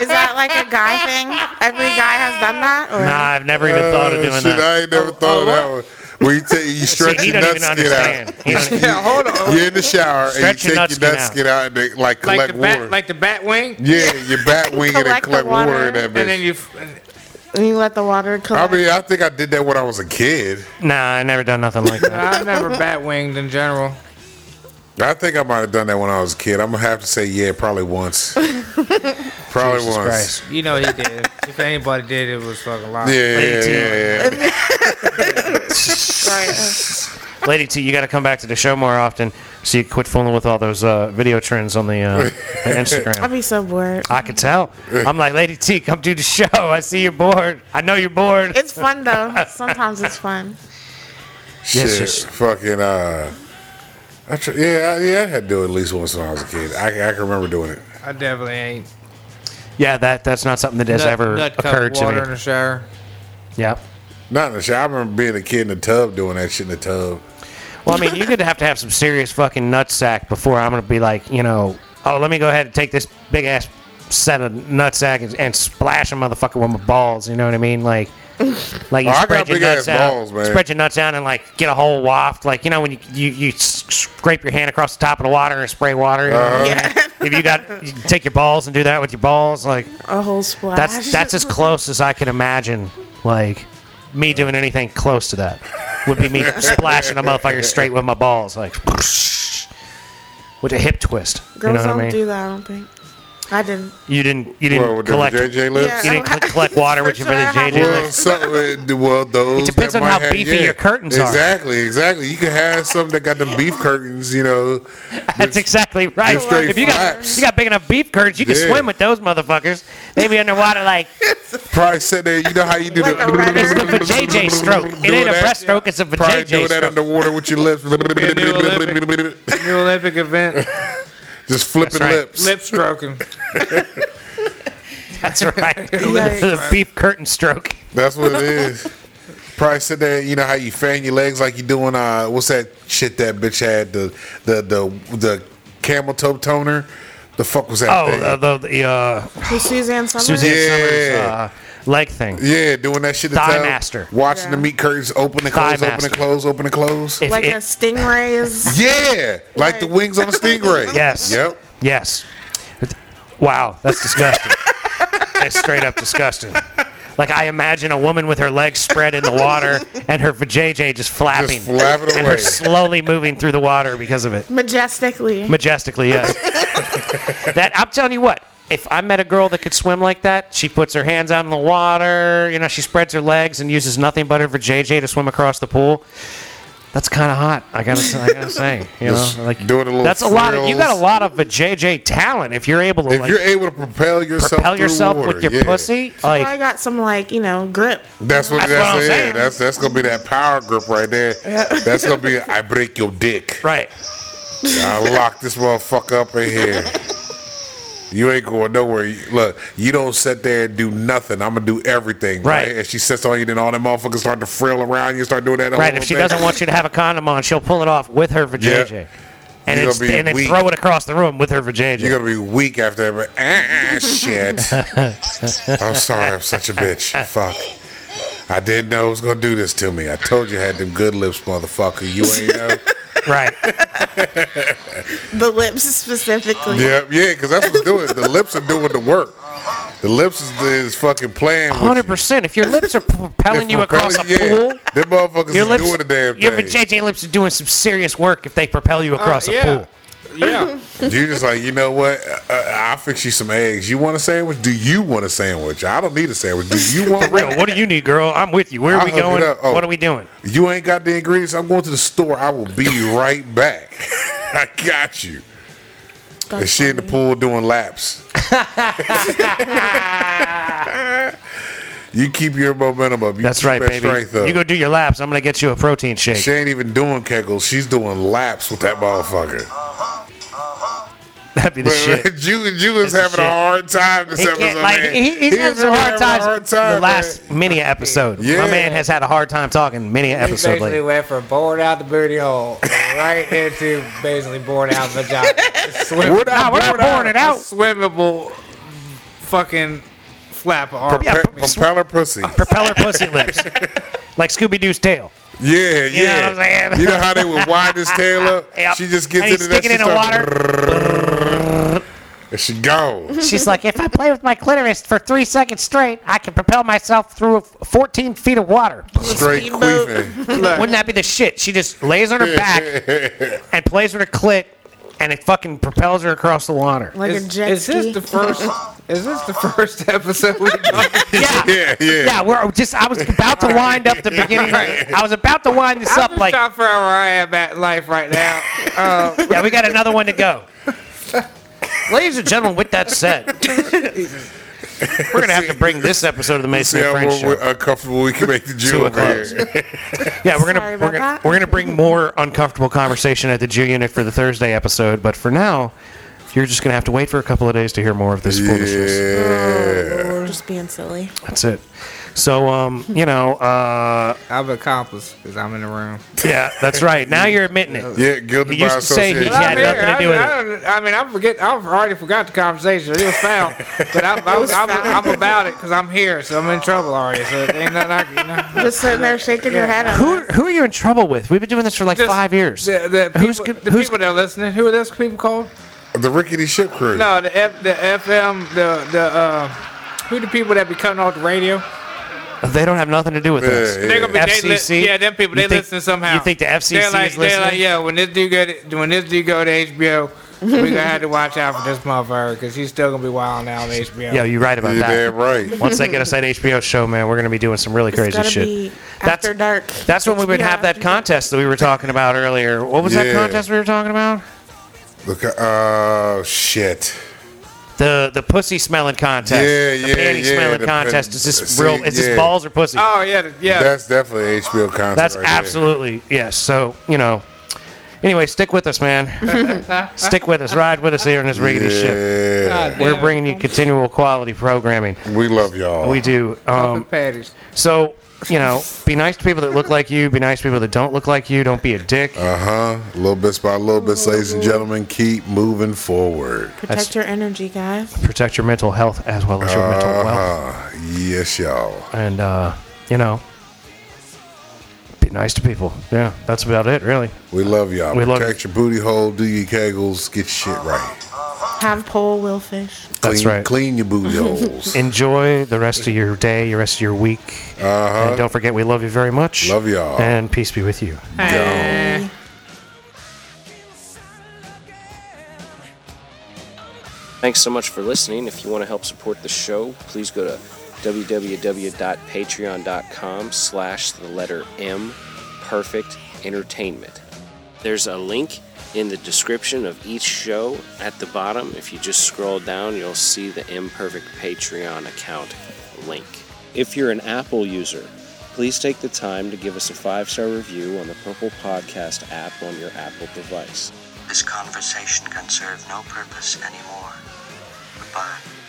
B: Is that like a guy thing? Every guy has done that, or
A: Nah, I've never even thought of
C: Uh,
A: doing
C: shit,
A: that.
C: I ain't never thought of that one. Where you take you stretch
A: he
C: your
A: don't
C: nuts
A: even
C: skin
A: understand.
C: out.
A: He don't-
D: Yeah, hold on.
C: You're in the shower and you
A: Stretch your
C: take your
A: nut
C: nuts
A: skin out.
C: skin out and they, like collect
D: Like the
C: water.
D: bat, like the bat wing.
C: yeah, your back wing and then
B: Collect the
C: collect water. in
B: water.
C: that bitch.
D: And then you,
B: And you let the water
C: I
B: collect.
C: mean, I think I did that when I was a kid.
A: nah, I never done nothing like that.
D: I've never bat winged in general.
C: I think I might have done that when I was a kid. I'm gonna have to say yeah, probably once. probably
A: Jesus
C: once.
A: Christ.
D: You know he did. if anybody did, it was fucking lying.
C: Yeah, yeah,
A: Lady
C: yeah, yeah.
B: Right.
A: Lady T, you got to come back to the show more often so you quit fooling with all those uh, video trends on the, uh, the
B: I'd
A: Instagram.
B: be so bored.
A: I could tell. I'm like, Lady T, come do the show. I see you're bored. I know you're bored.
B: It's fun though. Sometimes it's fun.
C: Shit,
A: yes.
C: fucking. Uh, I tr- yeah, I, yeah, I had to do it at least once when I was a kid. I, I can remember doing it.
D: I definitely ain't.
A: Yeah, that that's not something that has
D: Nut-
A: ever
D: nut cup
A: occurred
D: water
A: to
D: in
A: me.
D: the shower.
A: Yeah.
C: Not in the shower. I remember being a kid in the tub doing that shit in the tub.
A: Well, I mean, you're going to have to have some serious fucking nutsack before I'm going to be like, you know, oh, let me go ahead and take this big ass set of nutsack and, and splash a motherfucker with my balls. You know what I mean? Like, like you
C: Oh, I got
A: spread your
C: big ass
A: nuts out,
C: balls, man.
A: spread your nuts out, and like get a whole waft. Like you know when you you, you s- scrape your hand across the top of the water and spray water. you know what
C: Uh-huh.
A: I mean? If you got, you take your balls and do that with your balls. Like
B: A whole splash.
A: that's that's as close as I can imagine. Like me doing anything close to that would be me splashing a motherfucker straight with my balls, like with a hip twist.
B: Girls
A: you know
B: don't
A: what I mean?
B: do that. I don't think. I didn't.
A: you didn't. You didn't
C: Well, with the
A: collect. You
C: JJ lips.
B: Yeah.
A: didn't cl- collect water with your
B: For sure.
A: village
B: Well,
A: JJ.
C: Well, some, uh, well, those
A: It depends
C: that
A: on
C: might
A: how
C: have-
A: beefy your curtains are.
C: exactly, Exactly, You can have some that got them beef curtains, you know.
A: That's exactly right.
C: straight
A: If you got
C: flaps.
A: you got big enough beef curds, you can
C: Yeah.
A: swim with those motherfuckers. They be underwater like
C: Probably sit there. You know how you do
B: Like a
A: it's
B: rabbit.
A: a JJ stroke. It ain't a
C: that.
A: breaststroke. It's a
C: Probably
A: JJ
C: doing that
A: stroke.
C: underwater with your lips.
D: New Olympic event,
C: Just flipping
A: right.
C: lips.
D: lip stroking.
A: That's right.
B: Yikes.
A: The beef curtain stroke.
C: That's what it is. Probably sit there. You know how you fan your legs like you doing. Uh, what's that shit that bitch had the the the the camel toe toner? The fuck was that?
A: Oh,
C: thing?
A: uh, the, the uh,
B: Who's Suzanne Summers?
A: Suzanne
C: Yeah.
A: Summers uh, leg thing.
C: yeah, doing that shit. to
A: Thigh
C: tell-
A: master.
C: Watching the
B: Yeah.
C: meat curtains open and
A: Thigh
C: close, open
A: master.
C: and close, open and close.
A: If
B: Like
A: it-
B: a stingray is.
C: Yeah, like the wings on a stingray.
A: Yes.
C: Yep.
A: yes. Wow, that's disgusting. that's straight up disgusting. Like I imagine a woman with her legs spread in the water and her vajayjay just flapping,
C: flapping
A: and
C: away.
A: her slowly moving through the water because of it.
B: Majestically.
A: Majestically, yes. that I'm telling you what. If I met a girl that could swim like that, she puts her hands out in the water. You know, she spreads her legs and uses nothing but her JJ to swim across the pool. That's kind of hot. I gotta, I gotta say, you know,
C: Just
A: like
C: doing a little
A: That's a lot. Of, you got a
C: frills.
A: lot of JJ talent if you're able to
C: If
A: like
C: you're able to propel yourself,
A: propel
C: through
A: yourself
C: water,
A: with your
C: yeah.
A: pussy.
B: I
A: Like
B: got some, like, you know, grip.
C: That's what
A: That's
C: that's,
A: what I'm
C: it.
A: saying.
C: That's that's gonna be that power grip right there. That's gonna be I break your dick.
A: right,
C: I lock this motherfucker up in here. You ain't going nowhere. You- Look, you don't sit there and do nothing. I'm gonna do everything.
A: Right.
C: Right. And she sits on you, then all them motherfuckers start to frill around you, start doing that.
A: right.
C: whole
A: If she
C: thing.
A: doesn't want you to have a condom on, she'll pull it off with her vajayjay, and,
C: You're
A: it's,
C: gonna be
A: and then
C: weak.
A: throw it across the room with her vajayjay.
C: you're gonna be weak after that. but, Ah, shit. I'm sorry. I'm such a bitch. Fuck. I didn't know it was gonna do this to me. I told you I had them good lips, motherfucker. You ain't know.
A: right.
B: The lips specifically.
C: Yeah, yeah, because that's what's doing. The lips are doing the work. The lips is, is fucking playing. with you.
A: Hundred percent. If your lips are propelling you across a
C: Yeah,
A: pool,
C: Them motherfuckers
A: your
C: is
A: lips,
C: doing the damn
A: your
C: thing. Uh,
A: vajayjay lips are doing some serious work if they propel you across a
D: Uh, yeah.
A: pool.
D: Yeah.
C: You just like, you know what? Uh, uh, I'll fix you some eggs. You want a sandwich? Do you want a sandwich? I don't need a sandwich. Do you want
A: Real. What do you need, girl? I'm with you. Where are
C: I'll
A: we
C: hook it
A: going?
C: up. Oh.
A: What are we doing?
C: You ain't got the ingredients. I'm going to the store. I will be right back. I got you. and she in the pool doing laps. you keep your momentum up. You
A: That's
C: keep
A: right,
C: that
A: baby.
C: strength up.
A: You go do your laps. I'm gonna get you a protein shake.
C: She ain't even doing kegels. She's doing laps with that motherfucker.
A: That'd be the shit.
C: Jew, Jew is
A: That's the
C: having
A: shit.
C: a hard time this
A: He
C: episode.
A: can't, like
C: man.
A: he, he's having
C: He is
A: some
C: really
A: hard
C: having a
A: times.
C: hard time,
A: the
C: man.
A: last mini episode.
C: Yeah.
A: My man has had a hard time talking mini
D: He
A: episode
D: basically
A: lately.
D: went from bored out the booty hole right into basically bored out vagina. Swim-
C: We're not
A: we're not
D: bored
A: boring it out.
D: a Swimmable fucking flap of arm.
A: Yeah,
C: Pe- Propeller pussy.
A: Propeller pussy lips, like Scooby Doo's tail.
C: Yeah, yeah. You
A: know what I'm saying?
C: know how they would wind his tail up?
A: Yep.
C: She just gets
A: And you
C: into that
A: stick it
C: shit,
A: in the
C: starts- and she gone.
A: She's like, if I play with my clitoris for three seconds straight, I can propel myself through 14 feet of water.
C: Straight
B: Steamboat.
C: queefing.
A: Wouldn't that be the shit? She just lays on her back and plays with her clit, and it fucking propels her across the water.
B: Like a
D: Is,
B: jet
D: is
B: ski.
D: this the first? Is this the first episode? we done?
A: Yeah.
C: Yeah, yeah.
A: Yeah, we're just. I was about to wind up the beginning. I was about to wind this
D: I'm
A: up.
D: just
A: Like,
D: trying to figure out where I am at in life right now. Uh,
A: yeah, we got another one to go. Ladies and gentlemen, with that said, we're gonna have to bring this episode of the
C: See
A: Mason and
C: how
A: French
C: we're,
A: show.
C: we're uncomfortable we can make the
A: To a
C: Jew over here.
A: Yeah, we're
B: Sorry
A: gonna
B: about
A: we're gonna,
B: that.
A: we're gonna bring more uncomfortable conversation at the Jew unit for the Thursday episode. But for now, you're just gonna have to wait for a couple of days to hear more of this foolishness.
C: Yeah.
B: Just being silly.
A: That's it. So, um, you know, uh,
D: I've accomplished because I'm in the room.
A: yeah, that's right. Now you're admitting it.
C: Yeah, guilty
A: He used
C: by
A: to say he
C: association.
A: had-
D: I'm here.
A: nothing to
D: I-
A: do with
D: I, don't- I mean, I forget. I've already forgot the conversation. It was foul, but I'm, I'm, I'm, I'm about it because I'm here, so I'm in trouble already. So it ain't nothing I can. no.
B: Just sitting there shaking your head. at
A: Who,
B: us.
A: who are you in trouble with? We've been doing this for like
D: Just
A: five years.
D: The, the
A: Who's
D: people,
A: good-
D: the
A: who's-
D: people that are listening. Who are those people called?
C: The rickety ship crew.
D: No, the F, the FM, the the uh, who the people that be coming off the radio?
A: They don't have nothing to do with this.
C: yeah. They're
D: gonna be- they li-
A: FCC?
D: yeah, them people
A: You
D: they
A: think-
D: listen somehow.
A: You think the FCC
D: they're like,
A: is
D: they're
A: listening?
D: like, yeah, when this dude go to, when this dude go to HBO, we gonna have to watch out for this motherfucker because he's still gonna be wilding out on HBO.
A: Yeah, you're right about
C: You're
A: that.
C: damn right.
A: Once they get us that HBO show, man, we're gonna be doing some really
B: It's
A: crazy
B: gotta
A: shit.
B: be
A: That's-
B: after dark.
A: That's when we would
B: Yeah,
A: have that
B: after dark.
A: contest that we were talking about earlier. What was that
C: Yeah.
A: contest we were talking about?
C: Look, uh, shit.
A: The the pussy smelling contest.
C: Yeah,
A: the
C: yeah,
A: panty
C: yeah,
A: smelling
C: the pan-
A: contest. Is this
C: see,
A: real? Is
C: yeah.
A: this balls or pussy?
D: Oh yeah, the- yeah.
C: That's definitely HBO content.
A: That's
C: right there.
A: absolutely yes. So you know. Anyway, stick with us, man. stick with us. Ride with us here in this riggedy ship.
C: Yeah.
D: God
A: We're
D: damn.
A: bringing you continual quality programming.
C: We love y'all.
A: We do. Um,
D: patties.
A: so you know, be nice to people that look like you. Be nice to people that don't look like you. Don't be a dick.
C: Uh huh. Little bits by little bits, ladies and gentlemen, keep moving forward.
A: That's-
B: Protect your energy, guys.
A: Protect your mental health as well as your mental wealth.
C: Uh huh. Yes, y'all.
A: and uh, you know, be nice to people. Yeah, that's about it, really.
C: We love y'all.
A: We love
C: Protect your booty hole, do your kegels, get your shit right.
B: Have pole, will fish.
C: Clean,
A: That's right.
C: Clean your booty holes.
A: Enjoy the rest of your day, the rest of your week,
C: Uh
A: and don't forget we love you very much.
C: Love y'all.
A: and peace be with you.
C: huh.
E: Thanks so much for listening. If you want to help support the show, please go to www.patreon.com slash the letter M Perfect Entertainment. There's a link in the description of each show at the bottom. If you just scroll down, you'll see the Imperfect Patreon account link. If you're an Apple user, please take the time to give us a five star review on the Purple Podcast app on your Apple device.
F: This conversation can serve no purpose anymore. Goodbye.